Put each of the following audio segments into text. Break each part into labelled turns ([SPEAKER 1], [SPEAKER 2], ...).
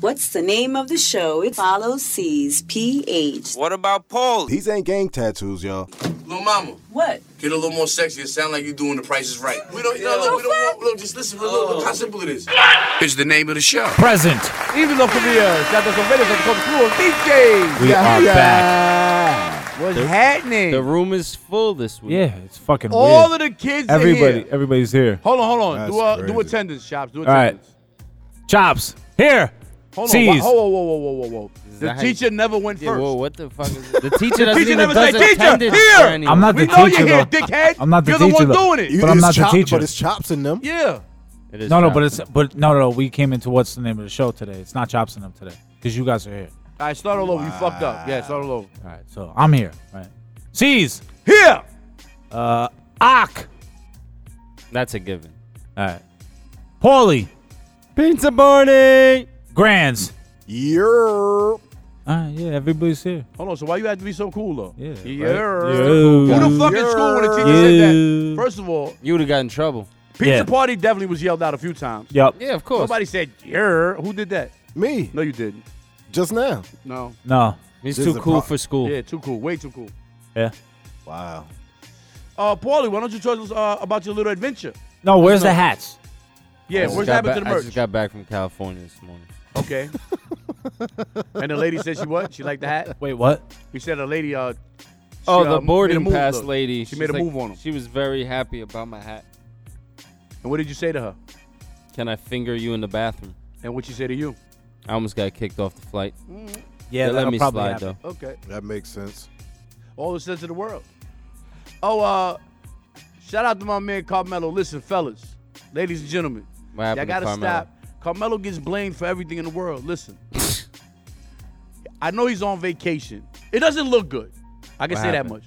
[SPEAKER 1] What's the name of the show? It follows C's PH.
[SPEAKER 2] What about Paul?
[SPEAKER 3] These ain't gang tattoos, y'all.
[SPEAKER 4] Little mama,
[SPEAKER 1] What?
[SPEAKER 4] get a little more sexy. It sound like you doing the prices right. We don't, no, look, we don't want, look, just listen, look, look how simple it is. It's the name of the show.
[SPEAKER 5] Present.
[SPEAKER 6] Even though Korea got us on radio, so the crew of DJs.
[SPEAKER 5] We are
[SPEAKER 6] back. What's happening?
[SPEAKER 7] The room is full this week.
[SPEAKER 5] Yeah, it's fucking
[SPEAKER 6] All
[SPEAKER 5] weird.
[SPEAKER 6] of the kids are
[SPEAKER 5] Everybody,
[SPEAKER 6] here.
[SPEAKER 5] everybody's here.
[SPEAKER 6] Hold on, hold on. Do,
[SPEAKER 3] That's
[SPEAKER 6] uh, do
[SPEAKER 3] crazy.
[SPEAKER 6] attendance, shops. Do
[SPEAKER 5] All right.
[SPEAKER 6] attendance.
[SPEAKER 5] Chops here.
[SPEAKER 6] Hold on.
[SPEAKER 5] C's.
[SPEAKER 6] Whoa, whoa, whoa, whoa, whoa, whoa. The
[SPEAKER 7] that how you-
[SPEAKER 6] teacher never went
[SPEAKER 7] Yeah,
[SPEAKER 6] first.
[SPEAKER 7] whoa, what the fuck is
[SPEAKER 6] The
[SPEAKER 7] The teacher doesn't
[SPEAKER 6] teacher
[SPEAKER 7] even
[SPEAKER 6] never
[SPEAKER 7] does
[SPEAKER 6] said, "Teacher,
[SPEAKER 7] attendance
[SPEAKER 6] here!"
[SPEAKER 7] for anyone.
[SPEAKER 5] I'm not
[SPEAKER 6] We
[SPEAKER 5] the
[SPEAKER 6] know
[SPEAKER 5] teacher
[SPEAKER 6] you're here,
[SPEAKER 5] though.
[SPEAKER 6] dickhead.
[SPEAKER 5] I'm not the
[SPEAKER 6] you're
[SPEAKER 5] teacher,
[SPEAKER 6] the
[SPEAKER 5] though.
[SPEAKER 6] one doing it.
[SPEAKER 3] You-
[SPEAKER 5] But I'm
[SPEAKER 3] it's
[SPEAKER 5] not the
[SPEAKER 3] chopped-
[SPEAKER 5] teacher.
[SPEAKER 3] But it's chops in them.
[SPEAKER 6] Yeah.
[SPEAKER 7] It is
[SPEAKER 5] No, no,
[SPEAKER 7] not.
[SPEAKER 5] but it's but no, no. We came into what's the name of the show today. It's not Chops and them today because you guys are here.
[SPEAKER 6] All right, start all over. You fucked up. Yeah, start all over.
[SPEAKER 5] All right, so I'm here. Right. C's.
[SPEAKER 6] Here.
[SPEAKER 5] Uh, Ock.
[SPEAKER 7] That's a given.
[SPEAKER 5] All right. Paulie.
[SPEAKER 7] Pizza morning.
[SPEAKER 5] Grands.
[SPEAKER 3] Yeah.
[SPEAKER 5] All right, yeah, everybody's here.
[SPEAKER 6] Hold on. So why you have to be so cool though?
[SPEAKER 5] Yeah.
[SPEAKER 6] Yeah. Who
[SPEAKER 5] Who
[SPEAKER 6] the fuck in school when the teacher said that?
[SPEAKER 5] Yeah.
[SPEAKER 6] First of all,
[SPEAKER 7] You would have got in trouble.
[SPEAKER 6] pizza
[SPEAKER 5] Yeah.
[SPEAKER 6] party definitely was yelled out a few times.
[SPEAKER 5] Yep.
[SPEAKER 7] Yeah, of course.
[SPEAKER 6] Nobody said yeah. Who did that?
[SPEAKER 3] Me.
[SPEAKER 6] No, you didn't.
[SPEAKER 3] Just now.
[SPEAKER 6] No.
[SPEAKER 5] No.
[SPEAKER 7] He's
[SPEAKER 3] This
[SPEAKER 7] too
[SPEAKER 3] is a
[SPEAKER 7] cool
[SPEAKER 3] pro-
[SPEAKER 7] for school.
[SPEAKER 6] Yeah, too cool. Way too cool.
[SPEAKER 5] Yeah.
[SPEAKER 3] Wow.
[SPEAKER 6] Uh, Paulie, why don't you tell us uh, about your little adventure?
[SPEAKER 5] No, where's the hats?
[SPEAKER 6] Yeah,
[SPEAKER 7] I just
[SPEAKER 6] what's
[SPEAKER 7] got
[SPEAKER 6] happened
[SPEAKER 7] ba-
[SPEAKER 6] to the
[SPEAKER 7] I
[SPEAKER 6] merch?
[SPEAKER 7] just got back from California this morning.
[SPEAKER 6] Okay. and the lady said she what? She liked the hat.
[SPEAKER 5] Wait, what?
[SPEAKER 6] We said a lady. Uh, she,
[SPEAKER 7] Oh,
[SPEAKER 6] uh,
[SPEAKER 7] the
[SPEAKER 6] made a
[SPEAKER 7] boarding
[SPEAKER 6] move,
[SPEAKER 7] pass
[SPEAKER 6] look.
[SPEAKER 7] lady.
[SPEAKER 6] She made
[SPEAKER 7] she's
[SPEAKER 6] a
[SPEAKER 7] like-
[SPEAKER 6] move on him.
[SPEAKER 7] She was very happy about my hat.
[SPEAKER 6] And what did you say to her?
[SPEAKER 7] Can I finger you in the bathroom?
[SPEAKER 6] And what she say to you?
[SPEAKER 7] I almost got kicked off the flight.
[SPEAKER 5] Yeah,
[SPEAKER 7] they let me slide though.
[SPEAKER 6] Okay.
[SPEAKER 3] That makes sense.
[SPEAKER 6] All the sense of the world. Oh, uh, shout out to my man Carmelo. Listen, fellas, ladies and gentlemen,
[SPEAKER 7] What
[SPEAKER 6] y'all
[SPEAKER 7] happened to
[SPEAKER 6] gotta
[SPEAKER 7] Carmelo?
[SPEAKER 6] stop. Carmelo gets blamed for everything in the world. Listen, I know he's on vacation. It doesn't look good. I can
[SPEAKER 7] What
[SPEAKER 6] say that
[SPEAKER 7] happened?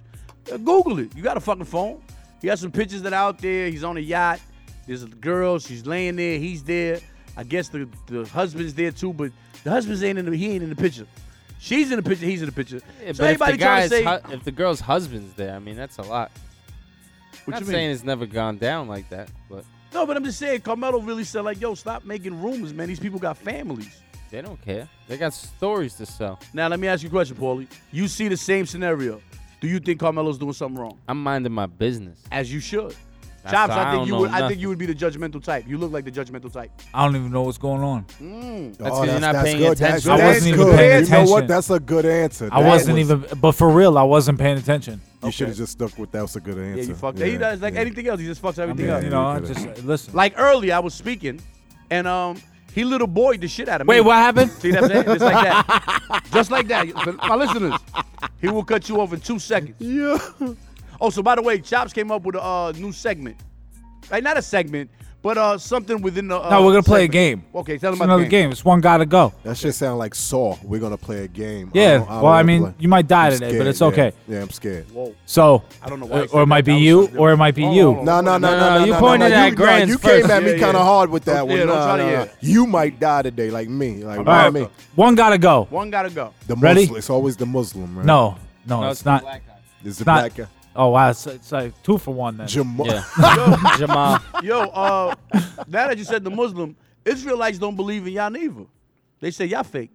[SPEAKER 6] much. Uh, Google it. You got a fucking phone. He has some pictures that are out there. He's on a yacht. There's a girl. She's laying there. He's there. I guess the, the husband's there too, but the husband's ain't in the he ain't in the picture. She's in the picture. He's in the picture.
[SPEAKER 7] Yeah,
[SPEAKER 6] so
[SPEAKER 7] but if
[SPEAKER 6] anybody
[SPEAKER 7] the
[SPEAKER 6] trying to
[SPEAKER 7] guy's,
[SPEAKER 6] say
[SPEAKER 7] hu- if the girl's husband's there, I mean that's a lot.
[SPEAKER 6] what
[SPEAKER 7] Not
[SPEAKER 6] you mean?
[SPEAKER 7] saying it's never gone down like that, but
[SPEAKER 6] No, but I'm just saying, Carmelo really said, like, yo, stop making rumors, man. These people got families.
[SPEAKER 7] they don't care. They got stories to sell.
[SPEAKER 6] Now, let me ask you a question, Paulie. You see the same scenario. Do you think Carmelo's doing something wrong?
[SPEAKER 7] I'm minding my business.
[SPEAKER 6] As you should.
[SPEAKER 7] That's-
[SPEAKER 6] Chops, I,
[SPEAKER 7] I
[SPEAKER 6] think
[SPEAKER 7] don't
[SPEAKER 6] you
[SPEAKER 7] know
[SPEAKER 6] would. I
[SPEAKER 7] nothing.
[SPEAKER 6] think you would be the judgmental type. You look like the judgmental type.
[SPEAKER 5] I don't even know what's going on.
[SPEAKER 7] That's
[SPEAKER 3] Oh,
[SPEAKER 7] 'cause you're not paying
[SPEAKER 3] good.
[SPEAKER 7] attention.
[SPEAKER 5] I
[SPEAKER 3] That's
[SPEAKER 5] wasn't even
[SPEAKER 3] good.
[SPEAKER 5] paying
[SPEAKER 3] You know
[SPEAKER 5] attention.
[SPEAKER 3] what? That's a good answer.
[SPEAKER 5] I
[SPEAKER 3] That
[SPEAKER 5] wasn't
[SPEAKER 3] was-
[SPEAKER 5] even, but for real, I wasn't paying attention.
[SPEAKER 3] You should have just stuck with that was a good answer.
[SPEAKER 6] Yeah, you fucked. He does like
[SPEAKER 3] yeah.
[SPEAKER 6] anything else. He just fucks
[SPEAKER 5] I
[SPEAKER 6] everything
[SPEAKER 5] mean,
[SPEAKER 6] up.
[SPEAKER 5] you know, I just listen.
[SPEAKER 6] Like earlier, I was speaking, and um, he little boyed the shit out of me.
[SPEAKER 5] Wait, what happened?
[SPEAKER 6] See what I'm saying? Just like that. Just like that. But My listeners, he will cut you off in two seconds. Yeah. Oh, so by the way, Chops came up with a uh, new segment. Right, not a segment, but uh, something within the. Uh,
[SPEAKER 5] No, we're gonna play a
[SPEAKER 6] segment.
[SPEAKER 5] game.
[SPEAKER 6] Okay, tell him
[SPEAKER 5] It's
[SPEAKER 6] about
[SPEAKER 5] another
[SPEAKER 6] the game.
[SPEAKER 5] game. It's one guy to go.
[SPEAKER 3] That shit sound like Saw. We're gonna play a game.
[SPEAKER 5] Yeah,
[SPEAKER 3] don't- don't
[SPEAKER 5] well, I
[SPEAKER 3] wanna
[SPEAKER 5] mean,
[SPEAKER 3] play.
[SPEAKER 5] you might die
[SPEAKER 3] I'm
[SPEAKER 5] today, but
[SPEAKER 3] scared,
[SPEAKER 5] it's
[SPEAKER 3] yeah.
[SPEAKER 5] okay.
[SPEAKER 3] Yeah, I'm scared.
[SPEAKER 6] Whoa.
[SPEAKER 5] So,
[SPEAKER 6] I don't know why I
[SPEAKER 5] uh,
[SPEAKER 6] said
[SPEAKER 5] or it might
[SPEAKER 6] that. That was Oh,
[SPEAKER 5] be you,
[SPEAKER 6] something
[SPEAKER 5] or it might be
[SPEAKER 6] Hold on,
[SPEAKER 5] you.
[SPEAKER 6] hold
[SPEAKER 3] No, no, no,
[SPEAKER 7] No,
[SPEAKER 3] no,
[SPEAKER 7] no,
[SPEAKER 3] no.
[SPEAKER 7] you
[SPEAKER 3] no,
[SPEAKER 7] pointed
[SPEAKER 3] no,
[SPEAKER 7] at
[SPEAKER 3] you,
[SPEAKER 7] Grant's
[SPEAKER 3] You came
[SPEAKER 7] first.
[SPEAKER 3] at me
[SPEAKER 6] Yeah,
[SPEAKER 3] kind
[SPEAKER 6] yeah.
[SPEAKER 3] of hard with that
[SPEAKER 6] Don't-
[SPEAKER 3] one.
[SPEAKER 6] yeah, don't
[SPEAKER 3] No,
[SPEAKER 6] try to-
[SPEAKER 3] no,
[SPEAKER 6] yeah.
[SPEAKER 3] no. You might die today, like me. Like
[SPEAKER 5] All
[SPEAKER 3] why
[SPEAKER 5] right,
[SPEAKER 3] me.
[SPEAKER 5] one gotta go.
[SPEAKER 6] One gotta go.
[SPEAKER 3] The
[SPEAKER 5] Ready?
[SPEAKER 3] Muslim. It's always the Muslim, right?
[SPEAKER 5] No, no, it's not.
[SPEAKER 3] It's the
[SPEAKER 5] not-
[SPEAKER 3] black guy.
[SPEAKER 5] Oh wow, it's, it's like two for one then.
[SPEAKER 3] Jamal.
[SPEAKER 7] Yeah,
[SPEAKER 6] Yo,
[SPEAKER 7] Jamal.
[SPEAKER 6] yo, uh, now that you said the Muslim, Israelites don't believe in y'all neither. They say y'all fake.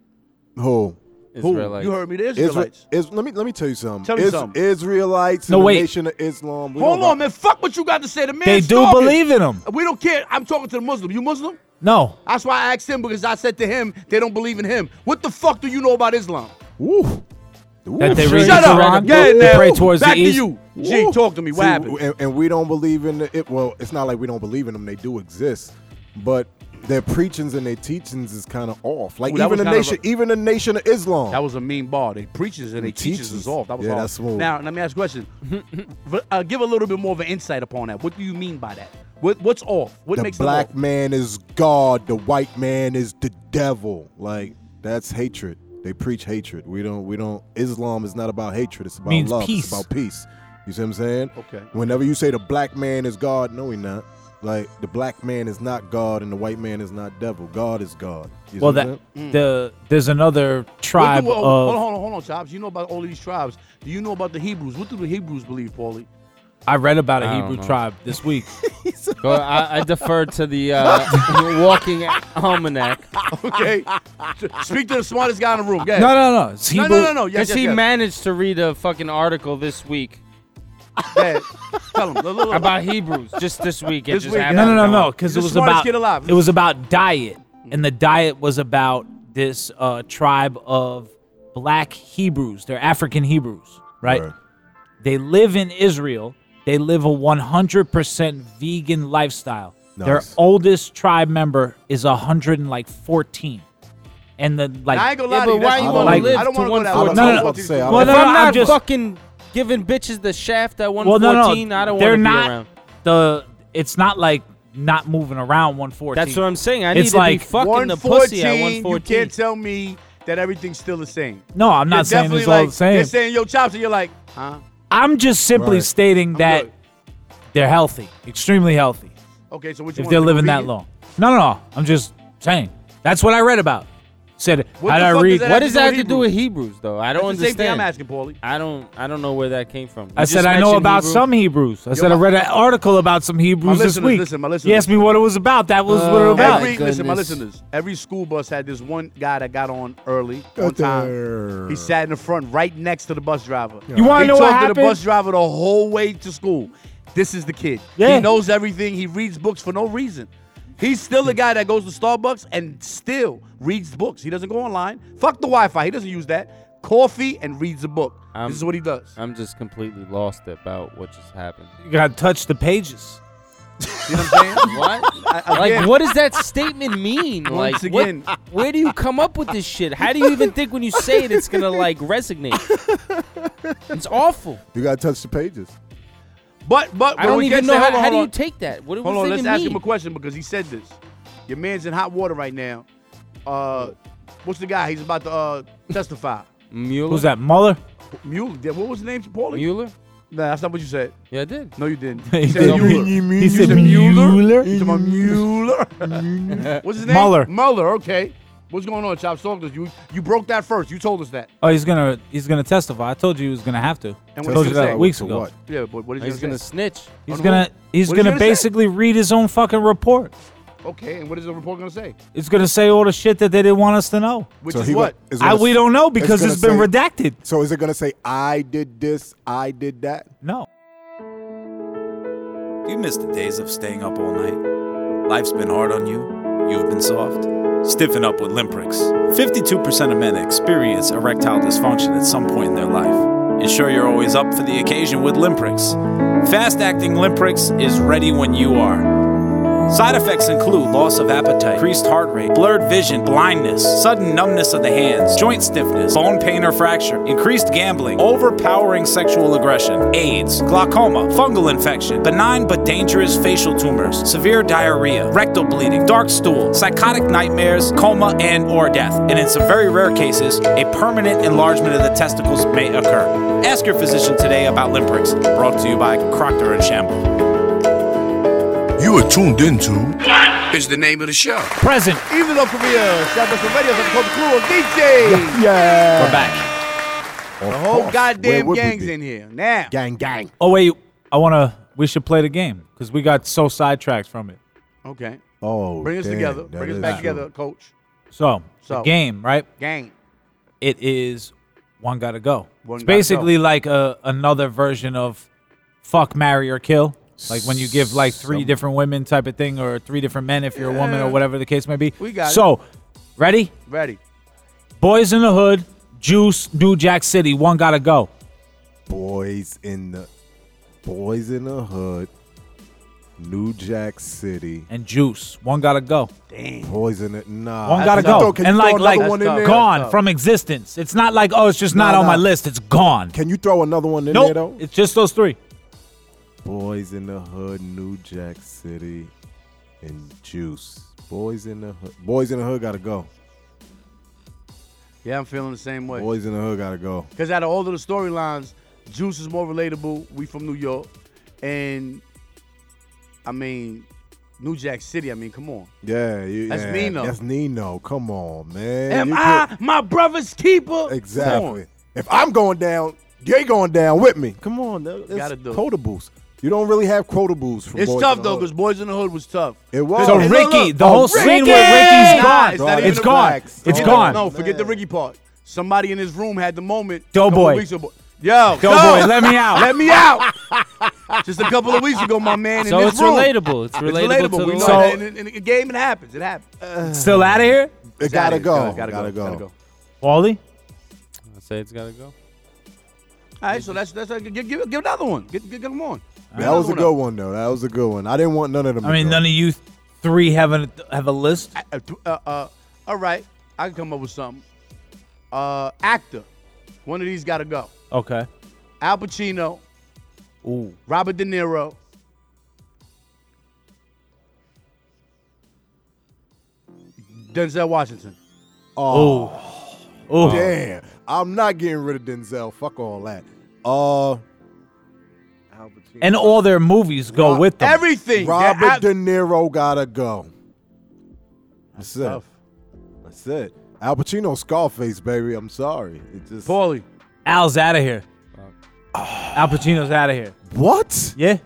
[SPEAKER 3] Who?
[SPEAKER 6] Who?
[SPEAKER 7] Israelite.
[SPEAKER 6] You heard me, the
[SPEAKER 3] Isra-
[SPEAKER 6] Israelites.
[SPEAKER 3] is, let me let me tell you something.
[SPEAKER 6] Tell me
[SPEAKER 3] Is-
[SPEAKER 6] something.
[SPEAKER 3] Israelites,
[SPEAKER 5] No,
[SPEAKER 3] and the
[SPEAKER 5] wait.
[SPEAKER 3] Nation of Islam. we
[SPEAKER 6] Hold
[SPEAKER 3] don't
[SPEAKER 6] on,
[SPEAKER 3] rock-
[SPEAKER 6] man. Fuck what you got to say. The man.
[SPEAKER 5] They do
[SPEAKER 6] stalking.
[SPEAKER 5] believe in him.
[SPEAKER 6] We don't care. I'm talking to the Muslim. You Muslim?
[SPEAKER 5] No,
[SPEAKER 6] That's why I asked him because I said to him, they don't believe in him. What the fuck do you know about Islam?
[SPEAKER 3] Woo.
[SPEAKER 5] that they read
[SPEAKER 6] Shut
[SPEAKER 5] the
[SPEAKER 6] up.
[SPEAKER 5] Quran,
[SPEAKER 6] Get in
[SPEAKER 5] they
[SPEAKER 6] there.
[SPEAKER 5] pray towards
[SPEAKER 6] Back
[SPEAKER 5] the east.
[SPEAKER 6] to you. G, talk to me. What
[SPEAKER 3] See,
[SPEAKER 6] happened?
[SPEAKER 3] And, and we don't believe in the- it. Well, it's not like we don't believe in them. They do exist, but their preachings and their teachings is kind of off. Like
[SPEAKER 6] Ooh, that
[SPEAKER 3] even
[SPEAKER 6] was
[SPEAKER 3] the
[SPEAKER 6] kind of
[SPEAKER 3] nation, even the nation of Islam.
[SPEAKER 6] That was a mean bar. They preaches and they teaches us
[SPEAKER 3] teaches.
[SPEAKER 6] off. That was
[SPEAKER 3] Yeah,
[SPEAKER 6] hard.
[SPEAKER 3] that's smooth.
[SPEAKER 6] Now, let me ask you a question. V- uh, give a little bit more of an insight upon that. What do you mean by that? What, what's off? What
[SPEAKER 3] the
[SPEAKER 6] makes
[SPEAKER 3] black
[SPEAKER 6] them off?
[SPEAKER 3] man is God. The white man is the devil. Like that's hatred. They preach hatred. We don't. We don't. Islam is not about hatred. It's about
[SPEAKER 5] Means
[SPEAKER 3] love.
[SPEAKER 5] peace.
[SPEAKER 3] It's about peace. You see what I'm saying?
[SPEAKER 6] Okay.
[SPEAKER 3] Whenever you say the black man is God, no, he not. Like the black man is not God and the white man is not devil. God is God. You see
[SPEAKER 5] Well,
[SPEAKER 3] what I'm
[SPEAKER 5] that
[SPEAKER 3] saying?
[SPEAKER 5] the
[SPEAKER 6] Hmm.
[SPEAKER 5] there's another tribe
[SPEAKER 6] what do, uh, hold on,
[SPEAKER 5] of
[SPEAKER 6] hold on, hold on, Chops. You know about all these tribes. Do you know about the Hebrews? What do the Hebrews believe, Paulie?
[SPEAKER 5] I read about a
[SPEAKER 7] I don't
[SPEAKER 5] Hebrew
[SPEAKER 7] know.
[SPEAKER 5] tribe this week.
[SPEAKER 7] Go, I, I defer to the uh, walking almanac.
[SPEAKER 6] Okay. Speak to the smartest guy in the room. Go
[SPEAKER 5] no,
[SPEAKER 6] ahead.
[SPEAKER 5] no, no. It's
[SPEAKER 6] no,
[SPEAKER 5] Hebrew-
[SPEAKER 6] no, no, no. Yes,
[SPEAKER 7] Because
[SPEAKER 6] yes,
[SPEAKER 7] he
[SPEAKER 6] yes.
[SPEAKER 7] managed to read a fucking article this week
[SPEAKER 6] Go ahead. Tell him. Look, look, look.
[SPEAKER 7] about Hebrews just this week. It
[SPEAKER 6] This
[SPEAKER 7] just
[SPEAKER 6] week,
[SPEAKER 7] happened.
[SPEAKER 5] No, no, no,
[SPEAKER 6] Nah,
[SPEAKER 5] no.
[SPEAKER 6] nah.
[SPEAKER 5] Because
[SPEAKER 6] The
[SPEAKER 5] it was
[SPEAKER 6] smartest
[SPEAKER 5] about
[SPEAKER 6] kid alive.
[SPEAKER 5] it was about diet, and the diet was about this uh, tribe of black Hebrews. They're African Hebrews, right?
[SPEAKER 3] Right.
[SPEAKER 5] They live in Israel. They live a 100% vegan lifestyle. Their
[SPEAKER 3] Nice.
[SPEAKER 5] oldest tribe member is 114, and the like.
[SPEAKER 6] I ain't gonna lie
[SPEAKER 7] Yeah,
[SPEAKER 6] to
[SPEAKER 7] but
[SPEAKER 6] you.
[SPEAKER 7] why
[SPEAKER 6] That's
[SPEAKER 7] you
[SPEAKER 6] cool.
[SPEAKER 3] wanna
[SPEAKER 6] Like,
[SPEAKER 7] live
[SPEAKER 6] I don't
[SPEAKER 7] to
[SPEAKER 6] want to go that
[SPEAKER 7] 114?
[SPEAKER 6] low. I
[SPEAKER 5] No, no,
[SPEAKER 6] don't
[SPEAKER 5] no.
[SPEAKER 6] want to go
[SPEAKER 3] I
[SPEAKER 6] that
[SPEAKER 3] don't-
[SPEAKER 6] low.
[SPEAKER 5] Well,
[SPEAKER 7] If
[SPEAKER 5] no,
[SPEAKER 7] I'm
[SPEAKER 5] no,
[SPEAKER 7] not
[SPEAKER 5] I'm just-
[SPEAKER 7] fucking giving bitches the shaft at
[SPEAKER 5] well, no,
[SPEAKER 7] 114,
[SPEAKER 5] no,
[SPEAKER 7] I don't
[SPEAKER 5] they're
[SPEAKER 7] want to be
[SPEAKER 5] not.
[SPEAKER 7] around.
[SPEAKER 5] The it's not like not moving around 114.
[SPEAKER 7] That's what I'm saying. I
[SPEAKER 5] It's
[SPEAKER 7] need to
[SPEAKER 5] like-
[SPEAKER 7] be fucking the pussy at
[SPEAKER 6] 114. You
[SPEAKER 7] 114.
[SPEAKER 6] can't tell me that everything's still the same.
[SPEAKER 5] no, I'm
[SPEAKER 6] You're
[SPEAKER 5] not saying
[SPEAKER 6] definitely
[SPEAKER 5] it's all
[SPEAKER 6] like,
[SPEAKER 5] the same.
[SPEAKER 6] They're saying yo chops, and you're like, huh?
[SPEAKER 5] I'm just simply
[SPEAKER 3] Right.
[SPEAKER 5] stating that
[SPEAKER 6] good.
[SPEAKER 5] they're healthy, extremely healthy,
[SPEAKER 6] Okay, so what you
[SPEAKER 5] if
[SPEAKER 6] want,
[SPEAKER 5] they're
[SPEAKER 6] like a
[SPEAKER 5] living that
[SPEAKER 6] vegan?
[SPEAKER 5] long. No, no, no. I'm just saying. That's what I read about. Said,
[SPEAKER 6] What
[SPEAKER 5] how
[SPEAKER 6] the
[SPEAKER 5] did I
[SPEAKER 6] fuck
[SPEAKER 5] read?
[SPEAKER 6] does that
[SPEAKER 7] What
[SPEAKER 6] have
[SPEAKER 7] does
[SPEAKER 6] to do
[SPEAKER 7] that
[SPEAKER 6] with
[SPEAKER 7] have to do
[SPEAKER 6] Hebrews?
[SPEAKER 7] with Hebrews, though? I
[SPEAKER 6] That's
[SPEAKER 7] don't
[SPEAKER 6] the same
[SPEAKER 7] understand.
[SPEAKER 6] thing I'm asking, Paulie.
[SPEAKER 7] I don't. I don't know where that came from. You
[SPEAKER 5] I said
[SPEAKER 7] just
[SPEAKER 5] I know
[SPEAKER 7] mentioned
[SPEAKER 5] about
[SPEAKER 7] Hebrew.
[SPEAKER 5] some Hebrews. I said I
[SPEAKER 6] my-
[SPEAKER 5] read an article about some Hebrews this
[SPEAKER 6] listeners,
[SPEAKER 5] week.
[SPEAKER 6] listen, my
[SPEAKER 5] He
[SPEAKER 6] listeners.
[SPEAKER 5] asked me what it was about. That was what it
[SPEAKER 7] Oh,
[SPEAKER 5] was about.
[SPEAKER 6] Every,
[SPEAKER 7] my
[SPEAKER 6] listen, my
[SPEAKER 7] goodness.
[SPEAKER 6] listeners. Every school bus had this one guy that got on early one
[SPEAKER 3] Got
[SPEAKER 6] time.
[SPEAKER 3] there.
[SPEAKER 6] He sat in the front, right next to the bus driver.
[SPEAKER 5] You want
[SPEAKER 6] He
[SPEAKER 5] to know what
[SPEAKER 6] talked to the
[SPEAKER 5] happened?
[SPEAKER 6] bus driver the whole way to school. This is the kid.
[SPEAKER 5] Yeah.
[SPEAKER 6] He knows everything. He reads books for no reason. He's still the guy that goes to Starbucks and still reads books. He doesn't go online. Fuck the Wi-Fi. He doesn't use that. Coffee and reads a book.
[SPEAKER 7] I'm-
[SPEAKER 6] this is what he does.
[SPEAKER 7] I'm just completely lost about what just happened.
[SPEAKER 5] You gotta touch the pages.
[SPEAKER 6] See what I'm saying?
[SPEAKER 7] What?
[SPEAKER 6] again-
[SPEAKER 7] like, what does that statement mean?
[SPEAKER 6] Once
[SPEAKER 7] like, what-
[SPEAKER 6] again.
[SPEAKER 7] where do you come up with this shit? How do you even think when you say it, it's gonna like resonate? It's awful.
[SPEAKER 3] You gotta touch the pages.
[SPEAKER 6] But but
[SPEAKER 7] I don't
[SPEAKER 6] we
[SPEAKER 7] even
[SPEAKER 6] can
[SPEAKER 7] know
[SPEAKER 6] say-
[SPEAKER 7] how,
[SPEAKER 6] hold on,
[SPEAKER 7] how
[SPEAKER 6] hold
[SPEAKER 7] do you
[SPEAKER 6] on.
[SPEAKER 7] take that. What,
[SPEAKER 6] Hold
[SPEAKER 7] what
[SPEAKER 6] on,
[SPEAKER 7] does
[SPEAKER 6] let's
[SPEAKER 7] it
[SPEAKER 6] ask
[SPEAKER 7] mean?
[SPEAKER 6] him a question because he said this. Your man's in hot water right now. Uh, what's the guy? He's about to uh, testify.
[SPEAKER 7] Mueller.
[SPEAKER 5] Who's that? Mueller?
[SPEAKER 6] Mueller. Yeah, What was the name? Paulie?
[SPEAKER 7] Mueller?
[SPEAKER 6] Nah, that's not what you said.
[SPEAKER 7] Yeah, I did.
[SPEAKER 6] No, you didn't.
[SPEAKER 5] He
[SPEAKER 6] You said
[SPEAKER 5] did.
[SPEAKER 6] Mueller.
[SPEAKER 5] He
[SPEAKER 6] You
[SPEAKER 5] said
[SPEAKER 6] said Mueller.
[SPEAKER 5] Mueller?
[SPEAKER 6] You talking about Mueller? What's his name?
[SPEAKER 5] Mueller.
[SPEAKER 6] Mueller. Okay. What's going on, Chops? Talk to us. You you broke that first. You told us that.
[SPEAKER 5] Oh, he's gonna he's gonna testify. I told you he was gonna have to.
[SPEAKER 6] And
[SPEAKER 5] I
[SPEAKER 6] what
[SPEAKER 5] told
[SPEAKER 6] he
[SPEAKER 5] you
[SPEAKER 6] said.
[SPEAKER 5] that weeks
[SPEAKER 3] To
[SPEAKER 5] ago.
[SPEAKER 3] what?
[SPEAKER 6] Yeah, but what is
[SPEAKER 7] He's
[SPEAKER 6] he
[SPEAKER 7] gonna
[SPEAKER 6] gonna
[SPEAKER 7] snitch.
[SPEAKER 5] He's
[SPEAKER 6] On
[SPEAKER 5] gonna
[SPEAKER 6] who?
[SPEAKER 5] he's
[SPEAKER 6] What is he
[SPEAKER 5] gonna
[SPEAKER 6] gonna say?
[SPEAKER 5] basically read his own fucking report.
[SPEAKER 6] say? Okay, and what is the report gonna say?
[SPEAKER 5] It's gonna say all the shit that they didn't want us to know.
[SPEAKER 6] Which
[SPEAKER 3] So
[SPEAKER 6] is
[SPEAKER 3] he
[SPEAKER 6] what?
[SPEAKER 3] go- is
[SPEAKER 5] I,
[SPEAKER 3] gonna
[SPEAKER 5] we
[SPEAKER 3] s-
[SPEAKER 5] don't know because
[SPEAKER 3] gonna
[SPEAKER 5] it's been
[SPEAKER 3] say-
[SPEAKER 5] redacted.
[SPEAKER 3] So is it gonna say I did this, I did that?
[SPEAKER 5] No.
[SPEAKER 2] Do you miss the days of staying up all night? Life's been hard on you. You've been soft. Stiffen up with Limprix. 52% of men experience erectile dysfunction at some point in their life. Ensure you're always up for the occasion with Limprix. Fast acting Limprix is ready when you are. Side effects include loss of appetite, increased heart rate, blurred vision, blindness, sudden numbness of the hands, joint stiffness, bone pain or fracture, increased gambling, overpowering sexual aggression, AIDS, glaucoma, fungal infection, benign but dangerous facial tumors, severe diarrhea, rectal bleeding, dark stool, psychotic nightmares, coma and or death. And in some very rare cases, a permanent enlargement of the testicles may occur. Ask your physician today about Limprix, brought to you by Procter and Gamble.
[SPEAKER 4] You are tuned into. Is the name of the show.
[SPEAKER 5] Present.
[SPEAKER 6] Even though uh, Korea, South Western Radio, Southern Culture Crew, DJ.
[SPEAKER 3] Yeah.
[SPEAKER 2] We're back.
[SPEAKER 3] Of
[SPEAKER 6] The whole
[SPEAKER 3] course. Where
[SPEAKER 6] goddamn
[SPEAKER 3] would we
[SPEAKER 6] gang's
[SPEAKER 3] be?
[SPEAKER 6] in here now.
[SPEAKER 3] Gang, gang.
[SPEAKER 5] Oh wait, I wanna. We should play the game because we got so sidetracked from it.
[SPEAKER 6] Okay,
[SPEAKER 3] Oh,
[SPEAKER 6] bring us
[SPEAKER 3] damn,
[SPEAKER 6] together.
[SPEAKER 3] that
[SPEAKER 6] Bring us
[SPEAKER 3] is
[SPEAKER 6] back
[SPEAKER 3] true.
[SPEAKER 6] together, Coach.
[SPEAKER 5] So,
[SPEAKER 6] So.
[SPEAKER 5] the game, right?
[SPEAKER 6] Gang.
[SPEAKER 5] It is one gotta go.
[SPEAKER 6] One Gotta
[SPEAKER 5] it's
[SPEAKER 6] Go.
[SPEAKER 5] basically like a another version of fuck, marry, or kill. Like when you give like three different women type of thing, or three different men if you're a woman, or whatever the case may be.
[SPEAKER 6] We got it.
[SPEAKER 5] so, ready?
[SPEAKER 6] Ready.
[SPEAKER 5] Boys in the Hood, Juice, New Jack City. One gotta go.
[SPEAKER 3] Boys in the Boys in the Hood, New Jack City.
[SPEAKER 5] and Juice. One gotta go.
[SPEAKER 3] Boys in it. Nah.
[SPEAKER 5] One gotta
[SPEAKER 6] Ah, That's tough.
[SPEAKER 5] go.
[SPEAKER 3] Can
[SPEAKER 5] and
[SPEAKER 3] you
[SPEAKER 5] like
[SPEAKER 3] throw
[SPEAKER 5] like
[SPEAKER 3] another one in
[SPEAKER 6] That's
[SPEAKER 3] there?
[SPEAKER 6] tough.
[SPEAKER 5] gone
[SPEAKER 6] That's
[SPEAKER 5] from existence. It's not like oh, it's just not
[SPEAKER 3] Nah,
[SPEAKER 5] on my
[SPEAKER 3] nah.
[SPEAKER 5] list. It's gone.
[SPEAKER 3] Can you throw another one in there
[SPEAKER 5] Nope.
[SPEAKER 3] though?
[SPEAKER 5] It's just those three.
[SPEAKER 3] Boys in the Hood, New Jack City, and Juice. Boys in the Hood. Boys in the Hood gotta go.
[SPEAKER 6] Yeah, I'm feeling the same way.
[SPEAKER 3] Boys in the Hood gotta go.
[SPEAKER 6] Because out of all of the storylines, Juice is more relatable. We from New York, and I mean, New Jack City. I mean, come on.
[SPEAKER 3] Yeah, you,
[SPEAKER 6] That's
[SPEAKER 3] yeah,
[SPEAKER 6] Nino.
[SPEAKER 3] That's Nino. Come on, man.
[SPEAKER 6] Am
[SPEAKER 3] You
[SPEAKER 6] I my brother's keeper?
[SPEAKER 3] could- exactly. If I'm going down, they going down with me. Come on, that- that's
[SPEAKER 6] Gotta do it.
[SPEAKER 3] Potables. You don't really have quotables for
[SPEAKER 6] It's
[SPEAKER 3] Boys
[SPEAKER 6] tough
[SPEAKER 3] in the
[SPEAKER 6] though,
[SPEAKER 3] Hood.
[SPEAKER 6] because Boys in the Hood was tough.
[SPEAKER 3] it was.
[SPEAKER 5] So
[SPEAKER 6] Hey, look,
[SPEAKER 5] Ricky,
[SPEAKER 6] look.
[SPEAKER 5] the
[SPEAKER 6] Oh,
[SPEAKER 5] whole scene where
[SPEAKER 7] Ricky!
[SPEAKER 5] Ricky's gone.
[SPEAKER 6] it's not even
[SPEAKER 5] it's
[SPEAKER 6] the
[SPEAKER 5] gone.
[SPEAKER 3] blacks.
[SPEAKER 5] It's
[SPEAKER 3] Don't
[SPEAKER 5] gone.
[SPEAKER 6] No,
[SPEAKER 3] Man.
[SPEAKER 6] forget the Ricky part. Somebody in his room had the moment. a
[SPEAKER 5] Doughboy.
[SPEAKER 6] couple of weeks ago. Yo,
[SPEAKER 5] Go
[SPEAKER 6] yo,
[SPEAKER 5] boy, let me out.
[SPEAKER 6] let me out. Just a couple of weeks ago, my man.
[SPEAKER 7] So
[SPEAKER 6] in his
[SPEAKER 7] it's
[SPEAKER 6] room.
[SPEAKER 7] relatable. It's
[SPEAKER 6] It's
[SPEAKER 7] relatable.
[SPEAKER 6] relatable.
[SPEAKER 7] To
[SPEAKER 6] We
[SPEAKER 7] the
[SPEAKER 6] know
[SPEAKER 5] So-
[SPEAKER 6] that in, in a game it happens. It happens.
[SPEAKER 5] Still out of here,
[SPEAKER 3] it
[SPEAKER 6] Outta
[SPEAKER 3] gotta
[SPEAKER 6] here.
[SPEAKER 3] go.
[SPEAKER 6] Gotta, gotta go. Gotta go. All
[SPEAKER 5] Wally.
[SPEAKER 7] I say it's gotta go.
[SPEAKER 6] right, so that's that's give, give, give another one. Get, get, get them on.
[SPEAKER 3] That was a good one though. That was a good one. I didn't want none of them.
[SPEAKER 5] I mean, none of you three have a have a list.
[SPEAKER 6] Uh, uh, uh, all right, I can come up with something. Uh, actor, one of these got to go.
[SPEAKER 5] Okay.
[SPEAKER 6] Al Pacino,
[SPEAKER 5] Ooh.
[SPEAKER 6] Robert De Niro. Denzel Washington.
[SPEAKER 3] Oh,
[SPEAKER 5] Ooh. Ooh.
[SPEAKER 3] damn! I'm not getting rid of Denzel. Fuck all that. Uh,
[SPEAKER 5] And all their movies go
[SPEAKER 3] Rob-
[SPEAKER 5] with them.
[SPEAKER 6] Everything.
[SPEAKER 3] Robert
[SPEAKER 6] That-
[SPEAKER 3] De Niro gotta go. That's it.
[SPEAKER 6] Tough.
[SPEAKER 3] That's it. Al Pacino, Scarface, baby. I'm sorry. It just
[SPEAKER 6] Paulie.
[SPEAKER 5] Al's out of here. Al Pacino's out of here.
[SPEAKER 3] what?
[SPEAKER 5] Yeah,